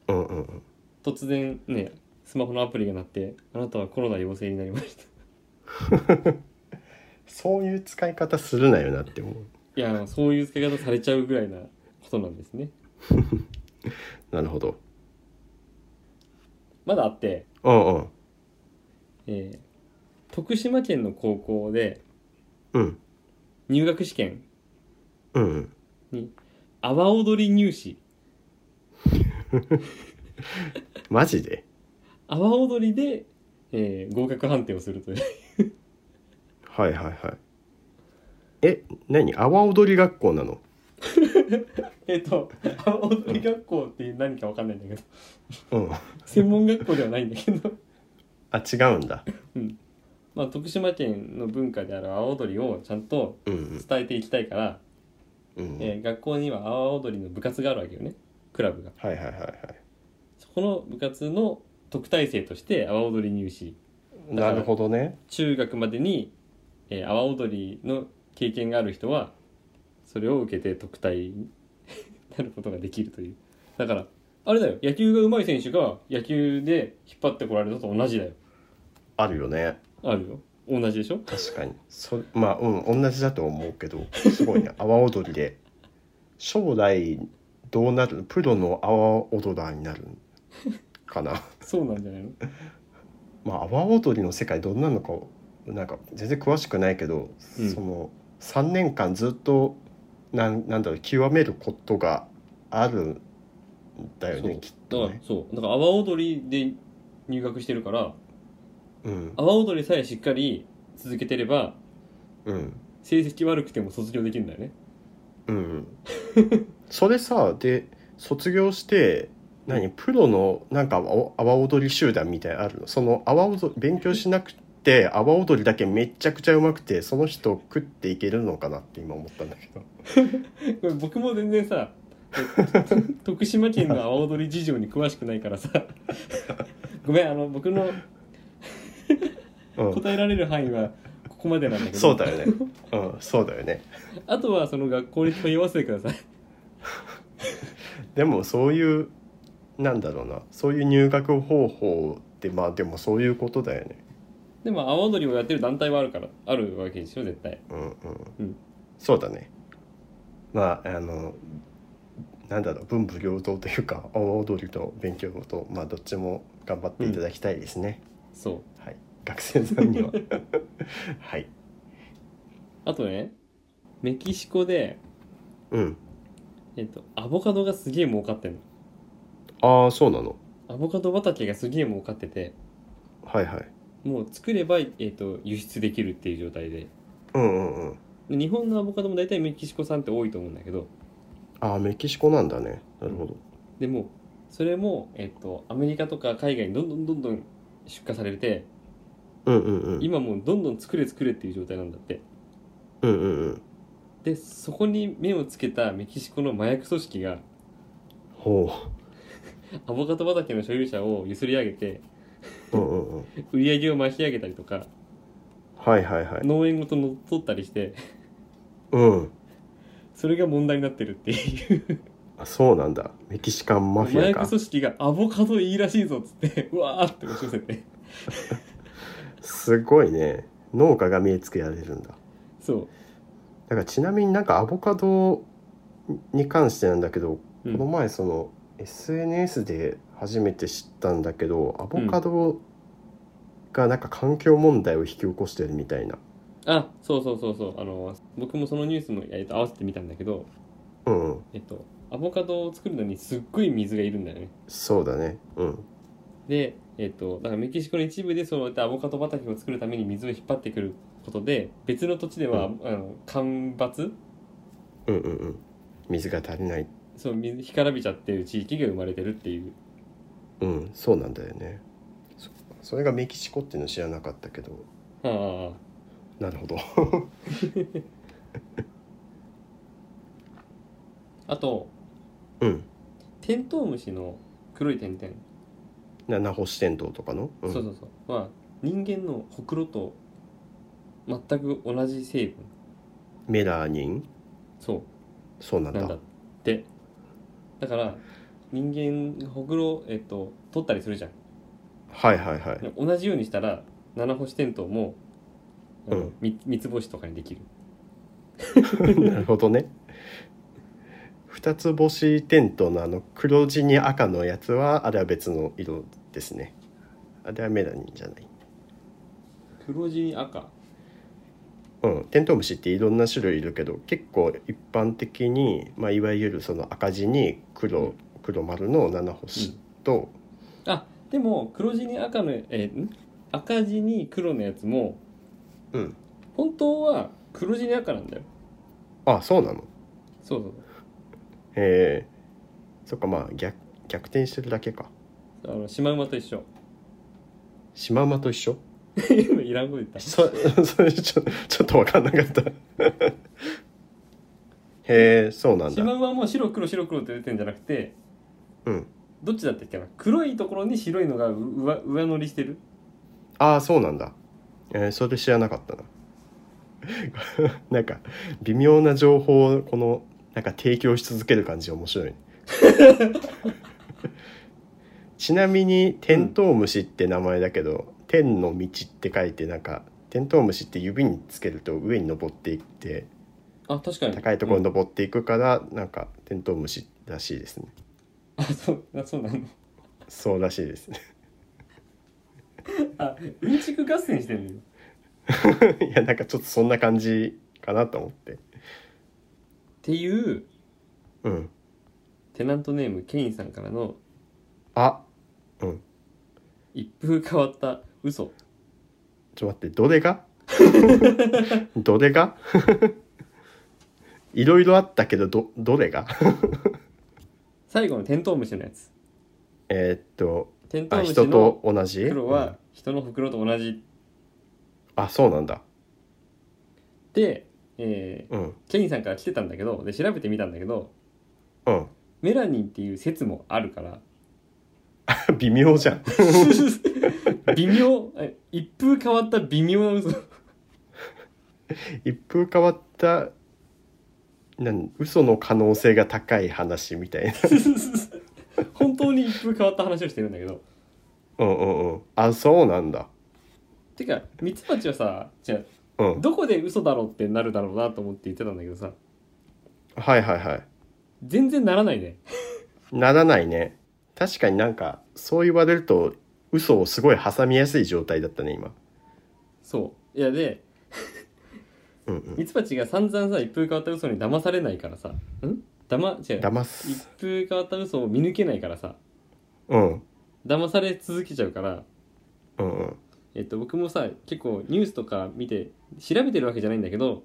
[SPEAKER 2] うんうんうん
[SPEAKER 1] 突然ねスマホのアプリが鳴ってあなたはコロナ陽性になりました
[SPEAKER 2] そういう使い方するなよなって思う
[SPEAKER 1] いやそういう付け方されちゃうぐらいなことなんですね
[SPEAKER 2] なるほど
[SPEAKER 1] まだあって、
[SPEAKER 2] うんうん
[SPEAKER 1] えー徳島県の高校で
[SPEAKER 2] うん
[SPEAKER 1] 入学試験
[SPEAKER 2] うんうん
[SPEAKER 1] に阿波踊り入試
[SPEAKER 2] マジで
[SPEAKER 1] 阿波踊りで、えー合格判定をするという
[SPEAKER 2] はいはいはいえ何阿波踊り学校なの
[SPEAKER 1] えっと阿波踊り学校っていう何かわかんないんだけど
[SPEAKER 2] うん
[SPEAKER 1] 専門学校ではないんだけど
[SPEAKER 2] あ違うんだ
[SPEAKER 1] まあ徳島県の文化である阿波踊りをちゃんと
[SPEAKER 2] うん
[SPEAKER 1] 伝えていきたいから、
[SPEAKER 2] うんうん、
[SPEAKER 1] えー学校には阿波踊りの部活があるわけよねクラブが
[SPEAKER 2] はいはいはいはい
[SPEAKER 1] そこの部活の特待生として阿波踊り入試だか
[SPEAKER 2] な
[SPEAKER 1] ら
[SPEAKER 2] るほどね
[SPEAKER 1] 中学までにえー阿波、踊りの経験がある人はそれを受けて特待に なることができるというだからあれだよ野球が上手い選手が野球で引っ張ってこられたと同じだよ
[SPEAKER 2] あるよね
[SPEAKER 1] あるよ同じでしょ
[SPEAKER 2] 確かにそまあうん同じだと思うけどすごいね阿波踊りで将来どうなるプロの阿波踊らーになる かな
[SPEAKER 1] そうなんじゃないの
[SPEAKER 2] まあ阿波踊りの世界どんなのかなんか全然詳しくないけど、
[SPEAKER 1] うん
[SPEAKER 2] その3年間ずっとなんなんだろう極めることがあるんだよねきっ
[SPEAKER 1] だ
[SPEAKER 2] と
[SPEAKER 1] から
[SPEAKER 2] ね。
[SPEAKER 1] そうだから阿波踊りで入学してるから
[SPEAKER 2] うん
[SPEAKER 1] 阿波踊りさえしっかり続けてれば
[SPEAKER 2] うん
[SPEAKER 1] 成績悪くても卒業できるんだよね
[SPEAKER 2] うん、それさで卒業して何プロのなんかお阿波踊り集団みたいなのあるのその阿波踊り勉強しなくて阿波踊りだけめちゃくちゃうまくてその人を食っていけるのかなって今思ったんだけど
[SPEAKER 1] これ僕も全然さ 徳島県の阿波踊り事情に詳しくない からさごめんあの僕の、
[SPEAKER 2] うん、
[SPEAKER 1] 答えられる範囲はここまでなんだけど
[SPEAKER 2] そうだよね、うん、そうだよね
[SPEAKER 1] あとはその学校に問い合わせてください
[SPEAKER 2] でもそういうなんだろうなそういう入学方法ってまあでもそういうことだよね
[SPEAKER 1] でも阿波踊りをやってる団体はあるからあるわけでしょ絶対
[SPEAKER 2] うんうん
[SPEAKER 1] うん
[SPEAKER 2] そうだねまああのなんだろう文武両道というか阿波踊りと勉強とまあどっちも頑張っていただきたいですね、
[SPEAKER 1] そう
[SPEAKER 2] はい学生さんにははい
[SPEAKER 1] あとねメキシコで、
[SPEAKER 2] うん
[SPEAKER 1] えっと、アボカドがすげえ儲かってんの
[SPEAKER 2] ああそうなの
[SPEAKER 1] アボカド畑がすげえ儲かってて
[SPEAKER 2] はいはい
[SPEAKER 1] もう作れば、えっと、輸出できるっていう状態で
[SPEAKER 2] うんうんうん
[SPEAKER 1] で日本のアボカドも大体メキシコ産って多いと思うんだけど
[SPEAKER 2] ああメキシコなんだねなるほど
[SPEAKER 1] でもそれも、えっと、アメリカとか海外にどんどんどんどん出荷されて
[SPEAKER 2] うんうんうん
[SPEAKER 1] 今もうどんどん作れ作れっていう状態なんだって
[SPEAKER 2] うんうんうん
[SPEAKER 1] でそこに目をつけたメキシコの麻薬組織が
[SPEAKER 2] ほ
[SPEAKER 1] アボカド畑の所有者をゆすり上げて
[SPEAKER 2] ううんうんうん
[SPEAKER 1] 売り上げを巻き上げたりとか
[SPEAKER 2] はいはいはい
[SPEAKER 1] 農園ごと乗っ取ったりして
[SPEAKER 2] うん
[SPEAKER 1] それが問題になってるっていう
[SPEAKER 2] あそうなんだメキシカンマフ
[SPEAKER 1] 麻
[SPEAKER 2] ィア
[SPEAKER 1] 薬
[SPEAKER 2] か
[SPEAKER 1] 組織がアボカドいいらしいぞっつってうわーって押し寄せて
[SPEAKER 2] すごいね農家が見えつけられるんだ
[SPEAKER 1] そ
[SPEAKER 2] だからちなみになんかアボカドに関してなんだけど、
[SPEAKER 1] う、う
[SPEAKER 2] この
[SPEAKER 1] ん、
[SPEAKER 2] 前その SNS で初めて知ったんだけどアボカドがなんか環境問題を引き起こしてるみたいな
[SPEAKER 1] あそうそうそうそうあの僕もそのニュースも、えっと、合わせてみたんだけど
[SPEAKER 2] うん、うん、
[SPEAKER 1] えっとアボカドを作るのにすっごい水がいるんだよね
[SPEAKER 2] そうだねうん
[SPEAKER 1] でえっとだからメキシコの一部でそうやってアボカド畑を作るために水を引っ張ってくることで別の土地では、
[SPEAKER 2] うん
[SPEAKER 1] あの干ばつ
[SPEAKER 2] うんうんうん水が足りない
[SPEAKER 1] そう水干からびちゃってる地域が生まれてるっていう
[SPEAKER 2] うんそうなんだよねそそれがメキシコっていうの知らなかったけど
[SPEAKER 1] ああ
[SPEAKER 2] なるほど
[SPEAKER 1] あと
[SPEAKER 2] うん
[SPEAKER 1] テントウムシの黒い点々、
[SPEAKER 2] 七星天堂とかの、うん、
[SPEAKER 1] そうそうそうは人間のほくろと全く同じ成分
[SPEAKER 2] メラニン
[SPEAKER 1] そう
[SPEAKER 2] そうなんだ
[SPEAKER 1] なんだってだから人間ほくろ、えっと、取ったりするじゃん
[SPEAKER 2] はいはいはい
[SPEAKER 1] 同じようにしたら七星テントウも、あの
[SPEAKER 2] うん
[SPEAKER 1] み三つ星とかにできる
[SPEAKER 2] なるほどね二つ星テントのあの黒地に赤のやつはあれは別の色ですねあれはメラニンじゃない
[SPEAKER 1] 黒地に赤
[SPEAKER 2] うん、テントウムシっていろんな種類いるけど結構一般的に、まあ、いわゆるその赤字に黒,、
[SPEAKER 1] うん
[SPEAKER 2] 黒丸の七星と、
[SPEAKER 1] あでも黒地に赤のえーん赤地に黒のやつも
[SPEAKER 2] うん、
[SPEAKER 1] 本当は黒地に赤なんだよ
[SPEAKER 2] あそうなの
[SPEAKER 1] そうそう
[SPEAKER 2] えー、そっかまあ逆逆転してるだけか
[SPEAKER 1] そうあのシマウマと一 緒
[SPEAKER 2] シマウマと一緒
[SPEAKER 1] 今いらんこと言った
[SPEAKER 2] そ それちょちょっと分かんなかった へえそうなん
[SPEAKER 1] シ
[SPEAKER 2] だ
[SPEAKER 1] マウマも白黒白黒って出てるんじゃなくて
[SPEAKER 2] うん
[SPEAKER 1] どっちだったっけな黒いところに白いのがう上上乗りしてる
[SPEAKER 2] ああそうなんだえーそれ知らなかったな なんか微妙な情報をこのなんか提供し続ける感じ面白いね ちなみにテントウムシって名前だけど「天の道」って書いてなんかテントウムシって指につけると上に登っていって
[SPEAKER 1] あ確かに
[SPEAKER 2] 高いところ
[SPEAKER 1] う
[SPEAKER 2] に
[SPEAKER 1] ん
[SPEAKER 2] 登っていくからなんかテントウムシらしいですね
[SPEAKER 1] あそうあそうなの
[SPEAKER 2] そうらしいですね
[SPEAKER 1] あうんちく合戦してるのよ
[SPEAKER 2] いやなんかちょっとそんな感じかなと思って
[SPEAKER 1] っていう
[SPEAKER 2] うん
[SPEAKER 1] テナントネームケインさんからの
[SPEAKER 2] あ
[SPEAKER 1] 一風変わった嘘
[SPEAKER 2] ちょっと待ってど れがどれが いろいろあったけどどどれが
[SPEAKER 1] 最後のテントウムシのやつ
[SPEAKER 2] えーっと
[SPEAKER 1] テントウ
[SPEAKER 2] あ
[SPEAKER 1] ムシ
[SPEAKER 2] 人と
[SPEAKER 1] の
[SPEAKER 2] 同じ
[SPEAKER 1] 黒
[SPEAKER 2] うん
[SPEAKER 1] は人のほくろと同じ
[SPEAKER 2] あそうなんだ
[SPEAKER 1] で、え
[SPEAKER 2] うん
[SPEAKER 1] ーケインさんから来てたんだけどで調べてみたんだけど
[SPEAKER 2] うん
[SPEAKER 1] メラニンっていう説もあるから
[SPEAKER 2] 微妙じゃん
[SPEAKER 1] 微妙え一風変わった微妙な嘘
[SPEAKER 2] 一風変わったなん嘘の可能性が高い話みたいな
[SPEAKER 1] 本当に一風変わった話をしてるんだけど
[SPEAKER 2] うんうんうんあそうなんだ
[SPEAKER 1] てかミツバチはさじゃあ
[SPEAKER 2] うん
[SPEAKER 1] どこで嘘だろうってなるだろうなと思って言ってたんだけどさ
[SPEAKER 2] はいはいはい
[SPEAKER 1] 全然ならないね
[SPEAKER 2] ならないね確かになんかそう言われると嘘をすごい挟みやすい状態だったね今
[SPEAKER 1] そういやで
[SPEAKER 2] うんうん
[SPEAKER 1] ミツバチが散々さ一風変わった嘘に騙されないからさん騙違う
[SPEAKER 2] 騙
[SPEAKER 1] 一
[SPEAKER 2] す
[SPEAKER 1] 風変わった嘘を見抜けないからさ
[SPEAKER 2] うん
[SPEAKER 1] 騙され続けちゃうから
[SPEAKER 2] うんうん
[SPEAKER 1] えっと僕もさ結構ニュースとか見て調べてるわけじゃないんだけど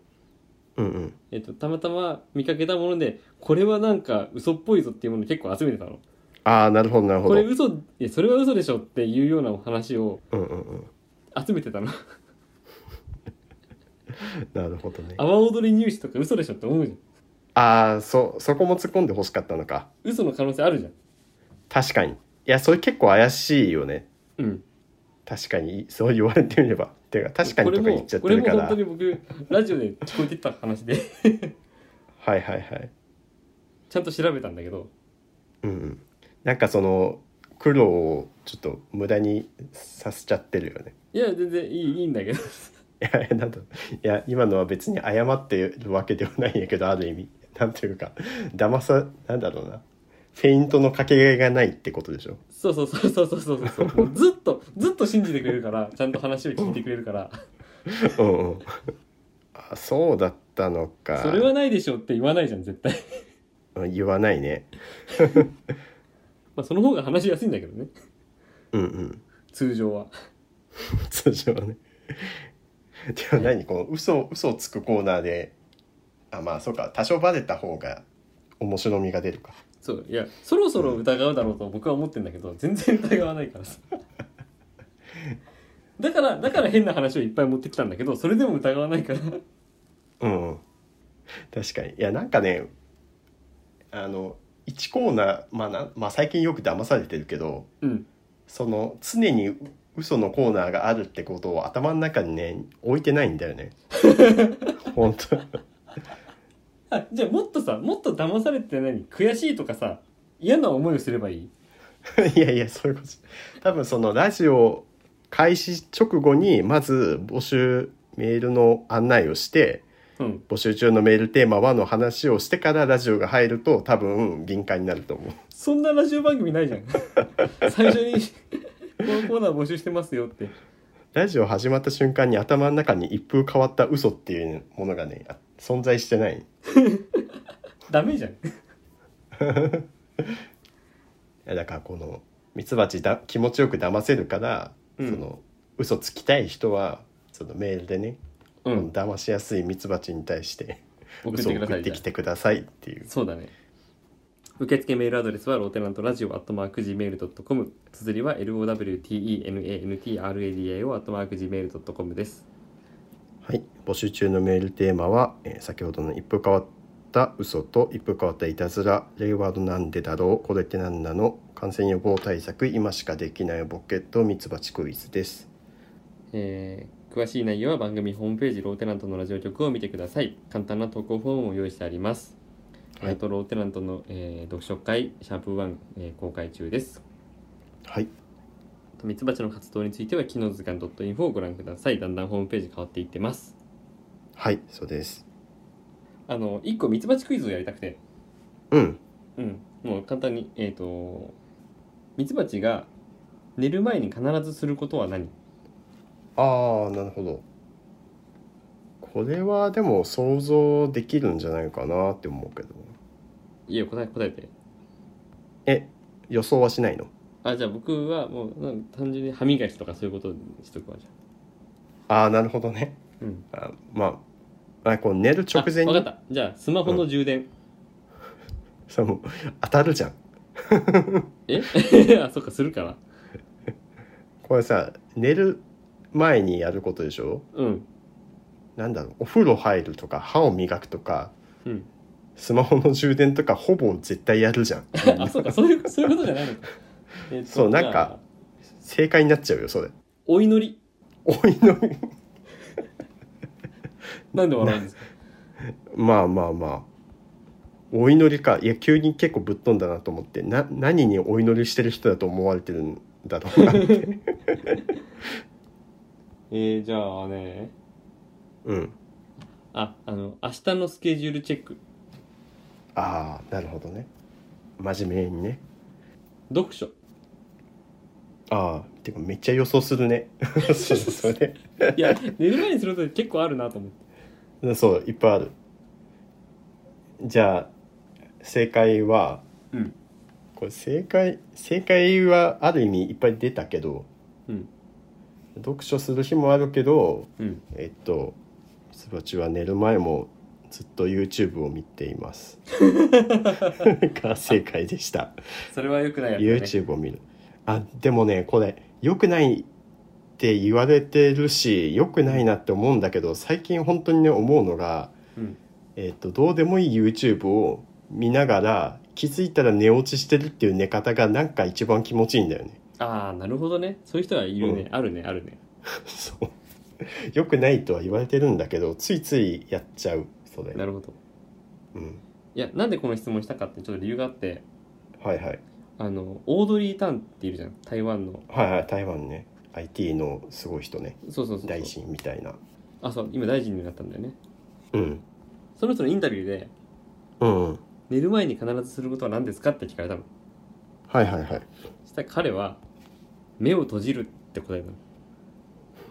[SPEAKER 2] うんうん
[SPEAKER 1] えっとたまたま見かけたものでこれはなんか嘘っぽいぞっていうものを結構集めてたの
[SPEAKER 2] ああなるほどなるほ
[SPEAKER 1] こ
[SPEAKER 2] ど
[SPEAKER 1] れ
[SPEAKER 2] うん
[SPEAKER 1] 嘘いやそれは嘘でしょっていうようなお話を
[SPEAKER 2] うんうん
[SPEAKER 1] 集めてたの
[SPEAKER 2] なるほどね
[SPEAKER 1] 阿波踊り入試とか嘘でしょって思うじゃん
[SPEAKER 2] ああそそこも突っ込んで欲しかったのか
[SPEAKER 1] 嘘の可能性あるじゃん
[SPEAKER 2] 確かにいやそれ結構怪しいよね
[SPEAKER 1] うん
[SPEAKER 2] 確かにそう言われてみればてか確かにとか言っちゃってるか
[SPEAKER 1] これ
[SPEAKER 2] ら
[SPEAKER 1] もこれも本当に僕ラジオで聞こえてた話で
[SPEAKER 2] はいはいはい
[SPEAKER 1] ちゃんと調べたんだけど
[SPEAKER 2] うんうんなんかその苦労をちょっと無駄にさせちゃってるよね
[SPEAKER 1] いや全然いいいいんだけど
[SPEAKER 2] いやなんだいや今のは別に謝ってるわけではないんやけどある意味なんていうか騙さなんだろうなフェイントのかけがえがないってことでしょ
[SPEAKER 1] そうそうそうそうそうそうそうもうずっとずっと信じてくれるからちゃんと話を聞いてくれるから
[SPEAKER 2] うんうんあそうだったのか
[SPEAKER 1] それはないでしょって言わないじゃん絶対
[SPEAKER 2] うん言わないね
[SPEAKER 1] まあその方が話しやすいんだけどね
[SPEAKER 2] うんうん
[SPEAKER 1] 通常は
[SPEAKER 2] 通常はねでも何この嘘嘘をつくコーナーであまあそうか多少バレた方が面白みが出るか
[SPEAKER 1] そういやそろそろ疑うだろうと僕は思ってんだけど全然疑わないからさ だからだから変な話をいっぱい持ってきたんだけどそれでも疑わないから
[SPEAKER 2] うんうん確かにいやなんかねあの1コーナー、まあなまあ、最近よく騙されてるけど
[SPEAKER 1] うん
[SPEAKER 2] その常にう嘘のコーナーがあるってことを頭の中にね置いてないんだよ ね本当
[SPEAKER 1] あじゃあもっとさもっと騙されて何悔しいとかさ嫌な思いをすればいい
[SPEAKER 2] いやいやそういうことじゃ多分そのラジオ開始直後にまず募集メールの案内をして
[SPEAKER 1] うん
[SPEAKER 2] 募集中のメールテーマはの話をしてからラジオが入ると多分敏感になると思う
[SPEAKER 1] そんなラジオ番組ないじゃん最初にこのコーナー募集してますよって
[SPEAKER 2] ラジオ始まった瞬間に頭の中に一風変わった嘘っていうものがねあ存在してないい
[SPEAKER 1] ダメじゃん
[SPEAKER 2] やだからこのミツバチだ気持ちよく騙せるから、
[SPEAKER 1] うん
[SPEAKER 2] その嘘つきたい人はそのメールでね、
[SPEAKER 1] う
[SPEAKER 2] この
[SPEAKER 1] ん
[SPEAKER 2] 騙しやすいミツバチに対して
[SPEAKER 1] 送っ
[SPEAKER 2] 嘘を
[SPEAKER 1] てくだ
[SPEAKER 2] 送
[SPEAKER 1] さ
[SPEAKER 2] っ
[SPEAKER 1] い
[SPEAKER 2] てきてくださいっていう
[SPEAKER 1] そうだね。受付メールアドレスはローテナントラジオアットマーク Gmail.com 綴りは LOWTENANTRADIO アットマーク Gmail.com です。
[SPEAKER 2] はい、募集中のメールテーマは、えー先ほどの一風変わった嘘と一風変わったいたずら「令和のなんでだろうこれってなんなの?」感染予防対策今しかできないボケとミツバチクイズです
[SPEAKER 1] えー詳しい内容は番組ホームページローテナントのラジオ局を見てください。簡単な投稿フォームを用意してあります。
[SPEAKER 2] はい
[SPEAKER 1] あとローテナントの、えー読書会シャープ1、えー公開中です。
[SPEAKER 2] はい
[SPEAKER 1] あとミツバチの活動については機能図鑑 .info をご覧ください。だんだんホームページ変わっていってます。
[SPEAKER 2] はいそうです
[SPEAKER 1] あの1個ミツバチクイズをやりたくて。
[SPEAKER 2] うん
[SPEAKER 1] うん、もう簡単に、えっ、と、ミツバチが寝る前に必ずすることは何
[SPEAKER 2] あーなるほどこれはでも想像できるんじゃないかなって思うけど
[SPEAKER 1] いや、答え、答えて。
[SPEAKER 2] え予想はしないの
[SPEAKER 1] あ、じゃあ僕はもうなん単純に歯磨きとかそういうことにしとくわ、じゃ
[SPEAKER 2] ああなるほどね
[SPEAKER 1] あ。うん。
[SPEAKER 2] あまあ、まあ、こう寝る直前
[SPEAKER 1] あわ
[SPEAKER 2] に
[SPEAKER 1] かった。じゃあ、スマホの充電。
[SPEAKER 2] その当たるじゃん
[SPEAKER 1] えあ、そっか、するから。
[SPEAKER 2] これさ寝る前にやることでしょ
[SPEAKER 1] うん。
[SPEAKER 2] なんだろうお風呂入るとか歯を磨くとか
[SPEAKER 1] うん。
[SPEAKER 2] スマホの充電とかほぼ絶対やるじゃん
[SPEAKER 1] あ、そうか、そういう、そういうことじゃないのか。えっ と
[SPEAKER 2] そうなんか。
[SPEAKER 1] じゃあ
[SPEAKER 2] 正解になっちゃうよそれ
[SPEAKER 1] お祈り。
[SPEAKER 2] お祈り
[SPEAKER 1] なんで笑うんですか
[SPEAKER 2] まあまあまあお祈りかいや急に結構ぶっ飛んだなと思ってな何にお祈りしてる人だと思われてるんだろうな
[SPEAKER 1] えー、じゃあね。
[SPEAKER 2] うん
[SPEAKER 1] あ、あの、明日のスケジュールチェック。
[SPEAKER 2] ああなるほどね真面目にね
[SPEAKER 1] 読書。
[SPEAKER 2] ああてかめっちゃ予想するねそうそれ
[SPEAKER 1] いや、寝る前にすること結構あるなと思って。
[SPEAKER 2] うんそういっぱいあるじゃあ正解は
[SPEAKER 1] うん
[SPEAKER 2] これ正解正解はある意味いっぱい出たけど
[SPEAKER 1] うん
[SPEAKER 2] 読書する日もあるけど
[SPEAKER 1] うん
[SPEAKER 2] えっとミツバチは寝る前もずっと YouTube を見ています が正解でした
[SPEAKER 1] それはよくないやつだね
[SPEAKER 2] YouTube を見るあでもねこれ良くないって言われてるし良くないなって思うんだけど最近本当にね思うのが、
[SPEAKER 1] うん
[SPEAKER 2] えっとどうでもいい YouTube を見ながら気づいたら寝落ちしてるっていう寝方がなんか一番気持ちいいんだよね
[SPEAKER 1] ああなるほどねそういう人はいるね、
[SPEAKER 2] う
[SPEAKER 1] あるねあるね
[SPEAKER 2] そう良くないとは言われてるんだけどついついやっちゃうそれ
[SPEAKER 1] なるほど
[SPEAKER 2] うん、
[SPEAKER 1] いやなんでこの質問したかってちょっと理由があって
[SPEAKER 2] はいはい
[SPEAKER 1] あのオードリー・タンっているじゃん台湾の
[SPEAKER 2] はいはい台湾ね IT のすごい人ね
[SPEAKER 1] そうそうそうそう
[SPEAKER 2] 大臣みたいな
[SPEAKER 1] あそう今大臣になったんだよね
[SPEAKER 2] うん
[SPEAKER 1] その人のインタビューで
[SPEAKER 2] うんうん
[SPEAKER 1] 寝る前に必ずすることは何ですかって聞かれたの
[SPEAKER 2] はいはいはい
[SPEAKER 1] そしたら彼は目を閉じるって答えたの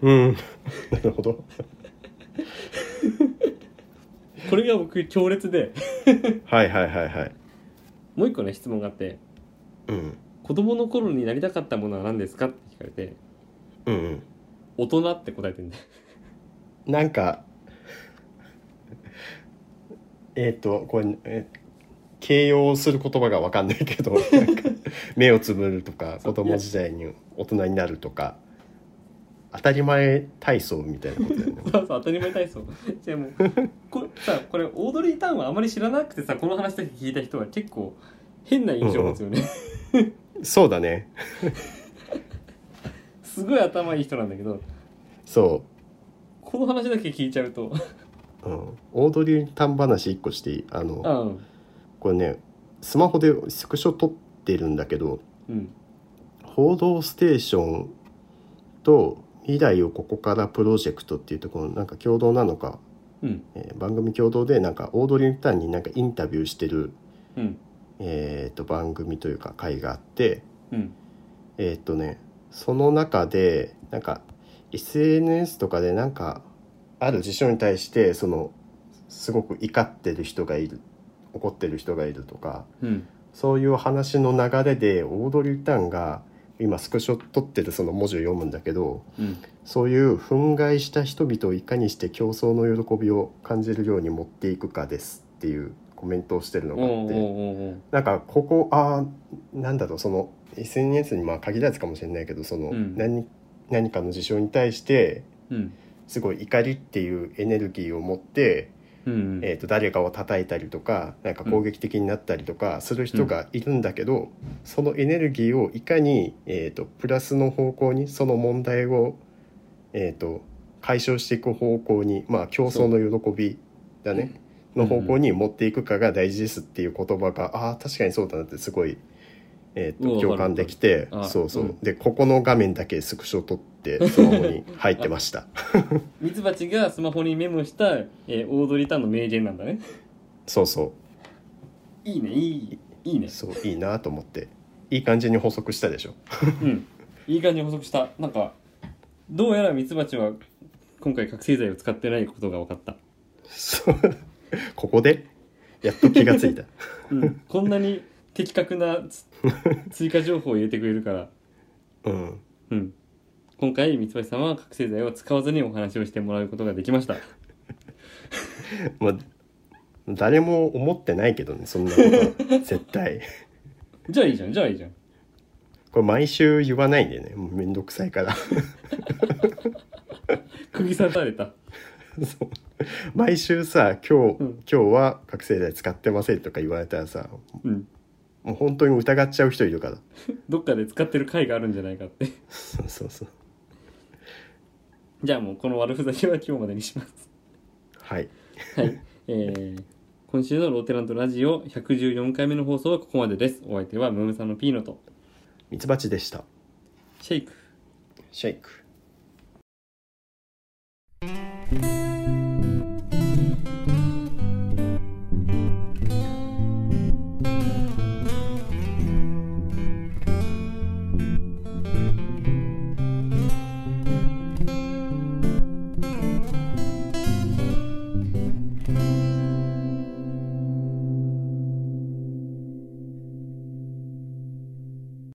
[SPEAKER 2] うん、 なるほど。
[SPEAKER 1] これが僕強烈で
[SPEAKER 2] はいはいはいはい。
[SPEAKER 1] もう一個ね質問があって
[SPEAKER 2] うん、
[SPEAKER 1] 子供の頃になりたかったものは何ですかって聞かれて
[SPEAKER 2] うん、うん。
[SPEAKER 1] 大人って答えてるん だよ
[SPEAKER 2] なんか、えっ、と、これ、え形容する言葉がわかんないけ ど、なんか目をつぶるとか、
[SPEAKER 1] そう
[SPEAKER 2] 子供時代に大人になるとか、当たり前体操みたいなこと だよね。
[SPEAKER 1] そうそう当たり前体操じゃあもうこれさこれオードリー・タンはあまり知らなくてさこの話だけ聞いた人は結構変な印象を持つよね
[SPEAKER 2] そうだね。
[SPEAKER 1] すごい頭いい人なんだけど
[SPEAKER 2] そ
[SPEAKER 1] この話だけ聞いちゃうと
[SPEAKER 2] う。うん、オードリー短話一個していいあ
[SPEAKER 1] う
[SPEAKER 2] の、
[SPEAKER 1] ん
[SPEAKER 2] これね、スマホでスクショ撮ってるんだけど、
[SPEAKER 1] うん
[SPEAKER 2] 報道ステーションと未来をここからプロジェクトっていうところのなんか共同なのか、
[SPEAKER 1] うん
[SPEAKER 2] えー番組共同でなんかオードリー・タンになんかインタビューしてる、
[SPEAKER 1] うん
[SPEAKER 2] えー、と番組というか会があって
[SPEAKER 1] うん
[SPEAKER 2] えーっ、とねその中でなんか SNS とかでなんかある事象に対してそのすごく怒ってる人がいる怒ってる人がいるとか
[SPEAKER 1] うん
[SPEAKER 2] そういう話の流れでオードリー・タンが今スクショ取ってるその文字を読むんだけど
[SPEAKER 1] うん
[SPEAKER 2] そういう憤慨した人々をいかにして競争の喜びを感じるように持っていくかですっていうコメントをしてるのがあ
[SPEAKER 1] お
[SPEAKER 2] っ
[SPEAKER 1] う
[SPEAKER 2] て
[SPEAKER 1] おうおう
[SPEAKER 2] なんかここあーなんだろうその SNS にまあ限らずかもしれないけどその
[SPEAKER 1] うん
[SPEAKER 2] 何,、何かの事象に対して
[SPEAKER 1] うん
[SPEAKER 2] すごい怒りっていうエネルギーを持って
[SPEAKER 1] うん
[SPEAKER 2] えー、と誰かを叩いたりとかなんか攻撃的になったりとかする人がいるんだけど、そのエネルギーをいかに、えー、とプラスの方向にその問題を、えー、と解消していく方向に、まあ、競争の喜びだねの方向に持っていくかが大事ですっていう言葉が、ああー確かにそうだなってすごい、えー、
[SPEAKER 1] う
[SPEAKER 2] と
[SPEAKER 1] ん
[SPEAKER 2] 共感できて
[SPEAKER 1] わかるわかるあ
[SPEAKER 2] そうそう、
[SPEAKER 1] うん
[SPEAKER 2] でここの画面だけスクショ撮ってスマホに入ってま した。
[SPEAKER 1] ミツバチがスマホにメモした、えーオードリー・タンの名言なんだね
[SPEAKER 2] そうそう
[SPEAKER 1] いいねいいいいね
[SPEAKER 2] そういいなと思っていい感じに補足したでしょ
[SPEAKER 1] うんいい感じに補足したなんかどうやらミツバチは今回覚醒剤を使ってないことが分かった、
[SPEAKER 2] そうここでやっと気が ついた
[SPEAKER 1] うん、こんなに的確な つ追加情報を入れてくれるから、
[SPEAKER 2] うん
[SPEAKER 1] うん、今回ミツバチさんは覚醒剤を使わずにお話をしてもらうことができました
[SPEAKER 2] まあ誰も思ってないけどねそんなこと絶対
[SPEAKER 1] じゃあいいじゃんじゃあいいじゃん
[SPEAKER 2] これ毎週言わないんでねもうめんどくさいから
[SPEAKER 1] 釘刺された
[SPEAKER 2] そう毎週さ今日、
[SPEAKER 1] うん
[SPEAKER 2] 今日は覚醒剤使ってませんとか言われたらさ
[SPEAKER 1] うん
[SPEAKER 2] もう本当に疑っちゃう人いるから
[SPEAKER 1] どっかで使ってる回があるんじゃないかって
[SPEAKER 2] そうそうそう
[SPEAKER 1] じゃあもうこの悪ふざけは今日までにします
[SPEAKER 2] はい
[SPEAKER 1] はい、えー今週のローテナントラジオ114回目の放送はここまでです。お相手はムームさんのピーノと
[SPEAKER 2] ミツバチでした
[SPEAKER 1] シェイク。
[SPEAKER 2] シェイク